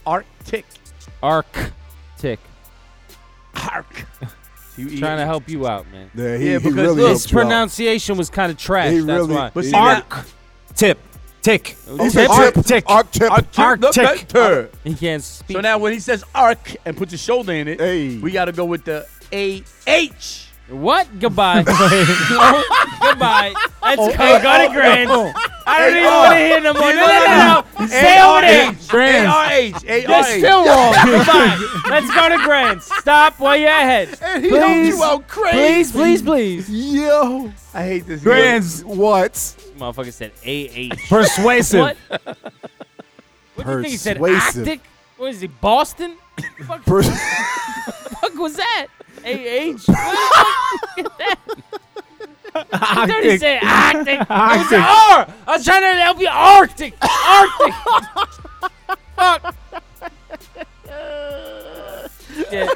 [SPEAKER 6] Arctic,
[SPEAKER 7] Arc. Tick.
[SPEAKER 6] arc. You eat-
[SPEAKER 7] Trying to help you out, man.
[SPEAKER 3] Yeah, he,
[SPEAKER 6] Yeah,
[SPEAKER 3] he
[SPEAKER 6] because
[SPEAKER 3] really
[SPEAKER 6] look,
[SPEAKER 3] helped
[SPEAKER 7] His
[SPEAKER 3] you out.
[SPEAKER 7] pronunciation was kind of trash.
[SPEAKER 3] He
[SPEAKER 7] that's
[SPEAKER 3] really-
[SPEAKER 7] why.
[SPEAKER 6] But see,
[SPEAKER 3] Arc-
[SPEAKER 6] that-
[SPEAKER 5] Arc. Tip. Tick.
[SPEAKER 3] He
[SPEAKER 7] His
[SPEAKER 3] said
[SPEAKER 7] hips-
[SPEAKER 3] tip,
[SPEAKER 5] Tick.
[SPEAKER 3] arc tip.
[SPEAKER 6] Look
[SPEAKER 5] Arctic.
[SPEAKER 6] at her.
[SPEAKER 7] He can't speak.
[SPEAKER 6] So now when he says arc and put your shoulder in it,
[SPEAKER 3] Hey.
[SPEAKER 6] we gotta go with the A H.
[SPEAKER 7] what? Goodbye. No, goodbye. That's oh, got it, Grant. I don't even want to hear no more.
[SPEAKER 6] oh.
[SPEAKER 7] No, no, no, no. Stay over there.
[SPEAKER 6] A
[SPEAKER 5] Grant.
[SPEAKER 6] R H. A
[SPEAKER 7] You're
[SPEAKER 6] R H.
[SPEAKER 7] still wrong. Goodbye. Let's go to Grant. Stop while you're ahead.
[SPEAKER 3] And he helped
[SPEAKER 5] Please.
[SPEAKER 3] you out crazy.
[SPEAKER 7] Please, please, please.
[SPEAKER 3] Yo,
[SPEAKER 6] I hate this.
[SPEAKER 5] Grants.
[SPEAKER 3] what?
[SPEAKER 7] Motherfucker said A-H.
[SPEAKER 5] Persuasive.
[SPEAKER 7] What? What do you think he said?
[SPEAKER 3] Persuasive.
[SPEAKER 7] Arctic? What is he, Boston?
[SPEAKER 3] Person-
[SPEAKER 7] fuck was that? A-H? What the fuck is that? I thought he said Arctic. It was
[SPEAKER 5] Arctic.
[SPEAKER 7] an R. I was trying to help you. Arctic.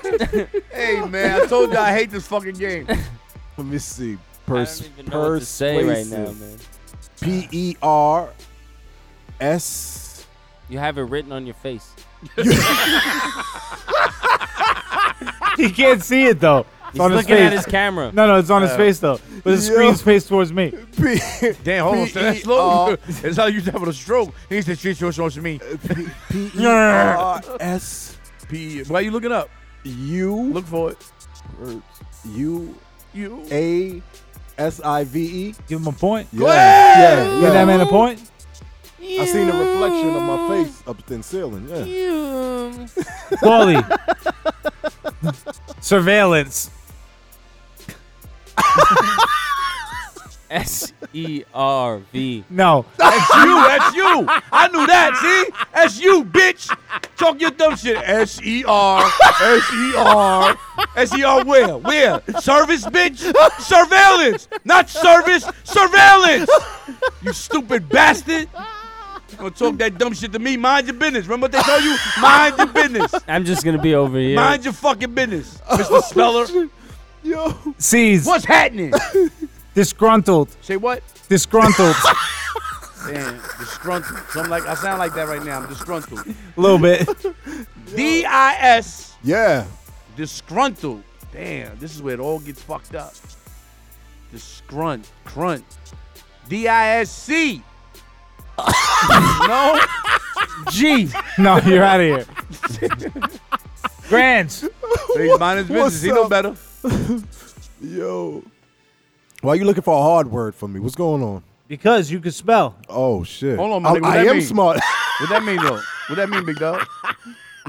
[SPEAKER 7] Arctic. fuck. Yeah.
[SPEAKER 6] Hey man, I told you I hate this fucking game.
[SPEAKER 3] Let me see.
[SPEAKER 7] I
[SPEAKER 3] Pers-
[SPEAKER 7] don't even know what to say right now,
[SPEAKER 3] persuasive.
[SPEAKER 7] man.
[SPEAKER 3] P E R S.
[SPEAKER 7] You have it written on your face.
[SPEAKER 5] he can't see it though. It's
[SPEAKER 7] He's
[SPEAKER 5] on his
[SPEAKER 7] looking
[SPEAKER 5] face.
[SPEAKER 7] at his camera.
[SPEAKER 5] no, no, it's on his face though. But the
[SPEAKER 3] yo.
[SPEAKER 5] screen's faced towards me.
[SPEAKER 3] P-
[SPEAKER 6] Damn, hold on,
[SPEAKER 3] P-
[SPEAKER 6] son, that's
[SPEAKER 3] E-
[SPEAKER 6] slow.
[SPEAKER 3] R-
[SPEAKER 6] That's how you having a stroke. He said, "Shit, show, show, me."
[SPEAKER 3] P- P E R S
[SPEAKER 6] P. Why you looking up?
[SPEAKER 3] U
[SPEAKER 6] Look for it.
[SPEAKER 3] er, U
[SPEAKER 6] You.
[SPEAKER 3] A S I V E.
[SPEAKER 5] Give him a point.
[SPEAKER 3] Yeah, yeah,
[SPEAKER 5] Give
[SPEAKER 3] yeah.
[SPEAKER 5] that man a point.
[SPEAKER 3] I seen the reflection of my face up in ceiling. Yeah.
[SPEAKER 5] Quality. Surveillance.
[SPEAKER 7] S E R V.
[SPEAKER 5] No.
[SPEAKER 6] That's you. That's you. I knew that. See, that's you, bitch. Talk your dumb shit. S E R S E R S E R. Where? Where? Service, bitch. Surveillance, not service. Surveillance. You stupid bastard. You gonna talk that dumb shit to me? Mind your business. Remember what they told you? Mind your business.
[SPEAKER 7] I'm just gonna be over here.
[SPEAKER 6] Mind your fucking business, Mr. Speller.
[SPEAKER 3] Yo,
[SPEAKER 5] Sees.
[SPEAKER 6] What's happening?
[SPEAKER 5] Disgruntled.
[SPEAKER 6] Say what?
[SPEAKER 5] Disgruntled.
[SPEAKER 6] Damn, disgruntled. So I'm like, I sound like that right now. I'm disgruntled.
[SPEAKER 5] A little bit.
[SPEAKER 6] D I S.
[SPEAKER 3] yeah.
[SPEAKER 6] Disgruntled. Damn, this is where it all gets fucked up. Disgrunt, crunt. D I S C. No?
[SPEAKER 5] G. No, you're out of here. Grants.
[SPEAKER 6] He's minding his business. He
[SPEAKER 3] what's up?
[SPEAKER 6] know better.
[SPEAKER 3] Yo. Why you looking for a hard word for me? What's going on?
[SPEAKER 5] Because you can spell.
[SPEAKER 3] Oh shit.
[SPEAKER 6] Hold on, my
[SPEAKER 3] I,
[SPEAKER 6] nigga, what
[SPEAKER 3] I
[SPEAKER 6] that
[SPEAKER 3] am
[SPEAKER 6] mean?
[SPEAKER 3] smart.
[SPEAKER 6] What that mean, though? What that mean, big dog?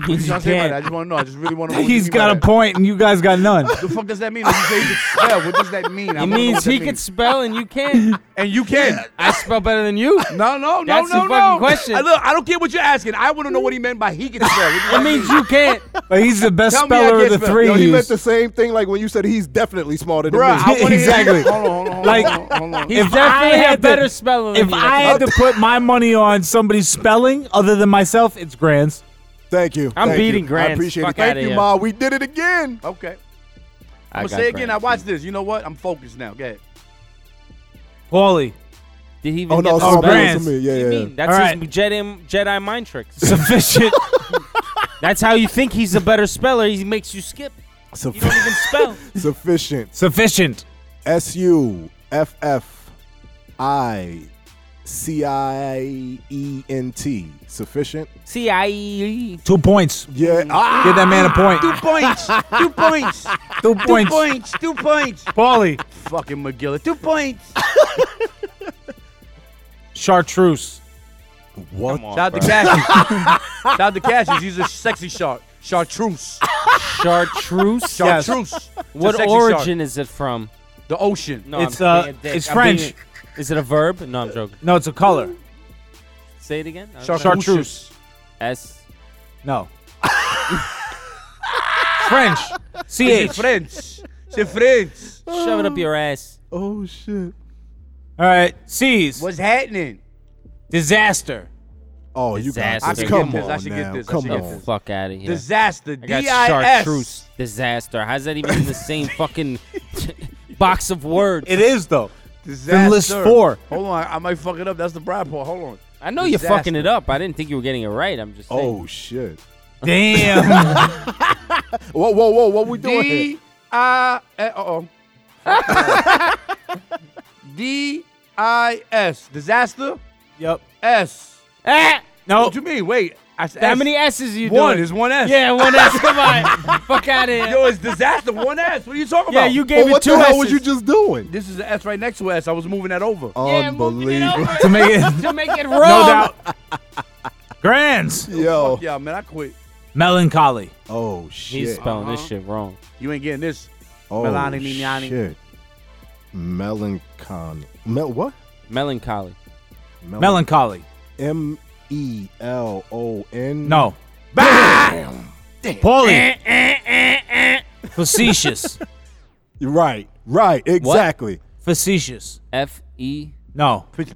[SPEAKER 6] What you trying to say about that? I just want to know. I just really want to know. what you
[SPEAKER 5] He's
[SPEAKER 6] mean by
[SPEAKER 5] got a
[SPEAKER 6] that.
[SPEAKER 5] point and you guys got none.
[SPEAKER 6] The fuck does that mean? When you say you can spell, what does that mean? I
[SPEAKER 7] It
[SPEAKER 6] wanna know
[SPEAKER 7] means
[SPEAKER 6] what that
[SPEAKER 7] he can
[SPEAKER 6] means.
[SPEAKER 7] spell and you can't.
[SPEAKER 6] And you can.
[SPEAKER 7] I spell better than you.
[SPEAKER 6] No, no, no,
[SPEAKER 7] That's the
[SPEAKER 6] no,
[SPEAKER 7] fucking
[SPEAKER 6] no.
[SPEAKER 7] question.
[SPEAKER 6] I, look, I don't care what you're asking. I want to know what he meant by he can spell. What does
[SPEAKER 7] It
[SPEAKER 6] that
[SPEAKER 7] means
[SPEAKER 6] mean?
[SPEAKER 7] you can't.
[SPEAKER 5] But he's the best
[SPEAKER 6] Tell me I
[SPEAKER 5] speller of
[SPEAKER 6] can't
[SPEAKER 5] the
[SPEAKER 6] spell.
[SPEAKER 5] three.
[SPEAKER 3] Yo, he meant
[SPEAKER 5] he's-
[SPEAKER 3] the same thing like when you said he's definitely smarter than
[SPEAKER 6] Bruh, I
[SPEAKER 3] me.
[SPEAKER 6] wanna hear-
[SPEAKER 5] Exactly.
[SPEAKER 6] Hold on, hold on, hold on.
[SPEAKER 5] Like,
[SPEAKER 6] hold on, hold on.
[SPEAKER 7] He's
[SPEAKER 5] If I
[SPEAKER 7] definitely
[SPEAKER 5] had
[SPEAKER 7] had
[SPEAKER 5] to-
[SPEAKER 7] better spelling than
[SPEAKER 5] If
[SPEAKER 7] you.
[SPEAKER 5] I had to put my money on somebody's spelling other than myself, it's Grants.
[SPEAKER 3] Thank you.
[SPEAKER 7] I'm
[SPEAKER 3] Thank
[SPEAKER 7] beating
[SPEAKER 3] you. I
[SPEAKER 7] Grants.
[SPEAKER 3] appreciate
[SPEAKER 7] Fuck
[SPEAKER 3] it. Thank
[SPEAKER 7] outta
[SPEAKER 3] you,
[SPEAKER 7] here.
[SPEAKER 3] Ma. We did it again.
[SPEAKER 6] Okay.
[SPEAKER 7] I
[SPEAKER 6] I'm gonna
[SPEAKER 7] got
[SPEAKER 6] say again. I
[SPEAKER 7] Grant.
[SPEAKER 6] watched this. You know what? I'm focused now. Go ahead.
[SPEAKER 5] Quality.
[SPEAKER 7] Did he
[SPEAKER 3] Oh
[SPEAKER 7] even get
[SPEAKER 3] no,
[SPEAKER 7] the
[SPEAKER 3] it's
[SPEAKER 5] Oh,
[SPEAKER 3] all
[SPEAKER 7] spelling?
[SPEAKER 5] Grant.
[SPEAKER 3] Grants. Me. Yeah, yeah.
[SPEAKER 7] What do you
[SPEAKER 3] yeah.
[SPEAKER 7] mean? That's
[SPEAKER 5] All
[SPEAKER 7] his
[SPEAKER 5] right.
[SPEAKER 7] Jedi, Jedi mind tricks.
[SPEAKER 5] Sufficient.
[SPEAKER 7] That's how you think he's a better speller. He makes you skip. You don't
[SPEAKER 3] Suffi-
[SPEAKER 7] even spell.
[SPEAKER 3] sufficient.
[SPEAKER 5] Sufficient.
[SPEAKER 3] S U F F I C I E N T. Sufficient.
[SPEAKER 7] C I E.
[SPEAKER 5] Two points.
[SPEAKER 3] Yeah. Ah,
[SPEAKER 5] Give that man a point.
[SPEAKER 6] Two points. Two points.
[SPEAKER 5] Two
[SPEAKER 6] Two
[SPEAKER 5] points.
[SPEAKER 6] points. Two points.
[SPEAKER 5] Paulie.
[SPEAKER 6] Fucking McGillis. Two points.
[SPEAKER 5] Chartreuse.
[SPEAKER 3] what?
[SPEAKER 6] Shout out to Cassius. Shout out to Cassius. He's a sexy shark. Chartreuse.
[SPEAKER 7] Chartreuse.
[SPEAKER 6] Chartreuse. It's a
[SPEAKER 7] What
[SPEAKER 6] sexy
[SPEAKER 7] origin is it from?
[SPEAKER 6] shark. The ocean.
[SPEAKER 7] No,
[SPEAKER 5] It's,
[SPEAKER 7] I'm
[SPEAKER 5] uh,
[SPEAKER 7] being a dick.
[SPEAKER 5] it's
[SPEAKER 7] I'm
[SPEAKER 5] French.
[SPEAKER 7] being a- is it a verb? No, I'm joking.
[SPEAKER 5] No, it's a color.
[SPEAKER 7] Say it again. I'm sorry.
[SPEAKER 5] Chartreuse.
[SPEAKER 7] S.
[SPEAKER 5] No. French.
[SPEAKER 6] It's
[SPEAKER 5] CH.
[SPEAKER 6] French. It's French.
[SPEAKER 7] Shove it up your ass.
[SPEAKER 3] Oh shit.
[SPEAKER 5] All right, C's.
[SPEAKER 6] What's happening?
[SPEAKER 5] Disaster.
[SPEAKER 3] Oh, you got
[SPEAKER 7] Disaster. I should
[SPEAKER 3] Come
[SPEAKER 6] get this, I
[SPEAKER 3] on
[SPEAKER 6] should get
[SPEAKER 3] now.
[SPEAKER 6] this, I
[SPEAKER 3] Come
[SPEAKER 6] should get
[SPEAKER 3] on.
[SPEAKER 6] this.
[SPEAKER 7] Fuck out of here.
[SPEAKER 6] Disaster.
[SPEAKER 7] I got
[SPEAKER 6] D-I-S.
[SPEAKER 7] chartreuse disaster. How's that even in the same fucking box of words?
[SPEAKER 5] It is though.
[SPEAKER 6] Disaster.
[SPEAKER 5] list four.
[SPEAKER 6] Hold on, I might fuck it up. That's the bride part. Hold on.
[SPEAKER 7] I know you're fucking
[SPEAKER 6] disaster.
[SPEAKER 7] it up. I didn't think you were getting it right. I'm just saying.
[SPEAKER 3] Oh shit!
[SPEAKER 5] Damn.
[SPEAKER 3] Whoa, whow, whoa! What we doing here?
[SPEAKER 6] D I uh oh. D I S. Disaster.
[SPEAKER 5] yep.
[SPEAKER 6] S.
[SPEAKER 7] Ah!
[SPEAKER 5] No.
[SPEAKER 6] What you mean? Wait. I said
[SPEAKER 7] How
[SPEAKER 6] S.
[SPEAKER 7] many S's you doing?
[SPEAKER 6] One is one S.
[SPEAKER 7] Yeah, one S. Come on. Fuck out of here.
[SPEAKER 6] Yo, it's disaster. One S. What are you talking
[SPEAKER 7] yeah,
[SPEAKER 6] about?
[SPEAKER 7] you
[SPEAKER 3] Well,
[SPEAKER 7] gave it
[SPEAKER 3] what
[SPEAKER 7] two
[SPEAKER 3] the hell
[SPEAKER 7] S's.
[SPEAKER 3] was you just doing?
[SPEAKER 6] This is an S right next to S. I was moving that over.
[SPEAKER 7] yeah, moving it
[SPEAKER 3] Unbelievable!
[SPEAKER 7] over
[SPEAKER 5] to make it
[SPEAKER 7] to make it wrong.
[SPEAKER 5] no doubt. Grands.
[SPEAKER 3] Yo.
[SPEAKER 6] Yeah, man, I quit.
[SPEAKER 5] Melancholy.
[SPEAKER 3] Oh
[SPEAKER 7] He's
[SPEAKER 3] shit!
[SPEAKER 7] spelling
[SPEAKER 6] Uh-huh.
[SPEAKER 7] this shit wrong.
[SPEAKER 6] You ain't getting this.
[SPEAKER 3] Oh
[SPEAKER 6] Melani Niani.
[SPEAKER 3] shit! Melancon. Mel what?
[SPEAKER 7] Melancholy.
[SPEAKER 3] Mel-
[SPEAKER 5] Melancholy.
[SPEAKER 3] M E L O N.
[SPEAKER 5] No. Bam.
[SPEAKER 7] Eh.
[SPEAKER 5] Paulie. Facetious.
[SPEAKER 3] Right. Right. Exactly.
[SPEAKER 5] Facetious.
[SPEAKER 7] F E.
[SPEAKER 5] No.
[SPEAKER 7] What?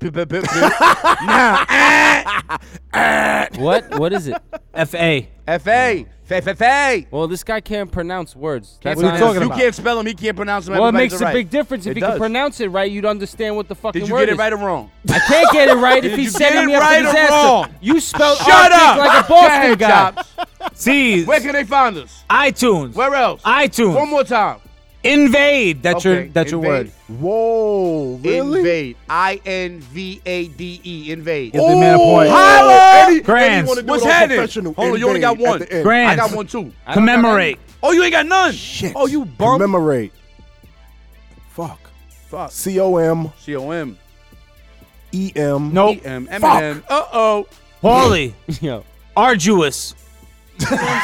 [SPEAKER 7] What is it?
[SPEAKER 5] F A.
[SPEAKER 6] F A. F F A.
[SPEAKER 7] Well, this guy can't pronounce words. That's
[SPEAKER 5] What are you
[SPEAKER 7] not-
[SPEAKER 5] talking
[SPEAKER 6] You
[SPEAKER 5] about?
[SPEAKER 6] can't spell him. He can't pronounce him.
[SPEAKER 7] Well, it
[SPEAKER 6] everybody's
[SPEAKER 7] makes a
[SPEAKER 6] right.
[SPEAKER 7] big difference. If
[SPEAKER 6] It
[SPEAKER 7] you
[SPEAKER 6] does.
[SPEAKER 7] can pronounce it right, you'd understand what the fucking
[SPEAKER 6] Did you
[SPEAKER 7] word
[SPEAKER 6] get
[SPEAKER 7] is.
[SPEAKER 6] it right or wrong?
[SPEAKER 7] I can't get it right if
[SPEAKER 6] Did
[SPEAKER 7] he
[SPEAKER 6] you
[SPEAKER 7] said
[SPEAKER 6] get
[SPEAKER 7] it
[SPEAKER 6] it
[SPEAKER 7] me after
[SPEAKER 6] right or
[SPEAKER 7] disaster.
[SPEAKER 5] Oh,
[SPEAKER 6] wrong?
[SPEAKER 7] You spelled
[SPEAKER 6] Shut
[SPEAKER 7] Arctic
[SPEAKER 6] up!
[SPEAKER 7] like
[SPEAKER 6] Go
[SPEAKER 7] a Boston
[SPEAKER 6] ahead,
[SPEAKER 7] guy.
[SPEAKER 6] Chops.
[SPEAKER 5] C's.
[SPEAKER 6] Where can they find us?
[SPEAKER 5] iTunes.
[SPEAKER 6] Where else?
[SPEAKER 5] iTunes.
[SPEAKER 6] One more time.
[SPEAKER 5] Invade. That's your
[SPEAKER 6] Okay,
[SPEAKER 5] that's your
[SPEAKER 6] invade.
[SPEAKER 5] word.
[SPEAKER 3] Whoa! Really?
[SPEAKER 6] Invade. I N V A D E. Invade.
[SPEAKER 5] Give the man a point.
[SPEAKER 6] Holla!
[SPEAKER 3] Any-
[SPEAKER 5] Grands.
[SPEAKER 3] anyone to do
[SPEAKER 6] What's
[SPEAKER 3] it on
[SPEAKER 6] happening?
[SPEAKER 3] professional
[SPEAKER 6] Hold on, you only
[SPEAKER 3] invade
[SPEAKER 6] got one.
[SPEAKER 3] at the end.
[SPEAKER 5] Grant.
[SPEAKER 6] I got one too.
[SPEAKER 7] I don't got
[SPEAKER 5] Commemorate.
[SPEAKER 6] Oh, you ain't got none.
[SPEAKER 3] Shit.
[SPEAKER 6] Oh, you bum.
[SPEAKER 3] Commemorate. Fuck.
[SPEAKER 6] Fuck.
[SPEAKER 3] C O M
[SPEAKER 6] C O M.
[SPEAKER 3] E M.
[SPEAKER 5] Nope.
[SPEAKER 6] E M. M M. Uh oh.
[SPEAKER 5] Paulie.
[SPEAKER 7] that. Yo.
[SPEAKER 5] Arduous.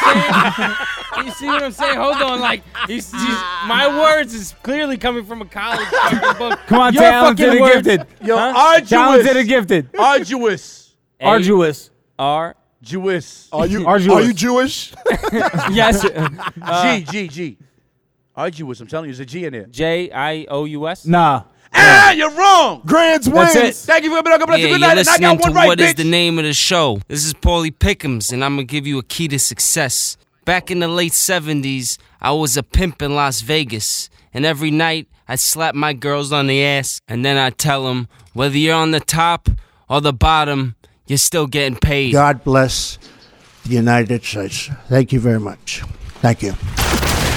[SPEAKER 7] you see what I'm saying? Hold on, like he's, he's, my words is clearly coming from a college fucking book.
[SPEAKER 5] Come on,
[SPEAKER 7] Your
[SPEAKER 5] talented
[SPEAKER 7] fucking
[SPEAKER 5] and
[SPEAKER 7] words.
[SPEAKER 5] gifted.
[SPEAKER 6] Yo,
[SPEAKER 7] uh,
[SPEAKER 5] Talented and
[SPEAKER 6] arduous.
[SPEAKER 5] gifted.
[SPEAKER 6] Arduous.
[SPEAKER 5] Arduous.
[SPEAKER 7] R.
[SPEAKER 6] Jewess.
[SPEAKER 3] Are you
[SPEAKER 5] Are
[SPEAKER 3] are
[SPEAKER 5] you-
[SPEAKER 3] you, Jewish?
[SPEAKER 7] Yes.
[SPEAKER 5] Uh,
[SPEAKER 6] G G G. Arduous. I'm telling you, there's a G in there.
[SPEAKER 7] J I O U S.
[SPEAKER 5] Nah.
[SPEAKER 6] Ah, you're wrong.
[SPEAKER 3] Grands
[SPEAKER 5] That's
[SPEAKER 3] wins.
[SPEAKER 5] it.
[SPEAKER 6] Thank you for coming up. Bless you. Good night. And I got one right,
[SPEAKER 8] What is
[SPEAKER 6] bitch.
[SPEAKER 8] the name of the show. This is Paulie Pickums, and I'm gonna give you a key to success. Back in the late 70s, I was a pimp in Las Vegas, and every night I'd slap my girls on the ass, and then I'd tell them whether you're on the top or the bottom, you're still getting paid.
[SPEAKER 9] God bless the United States. Thank you very much. Thank you.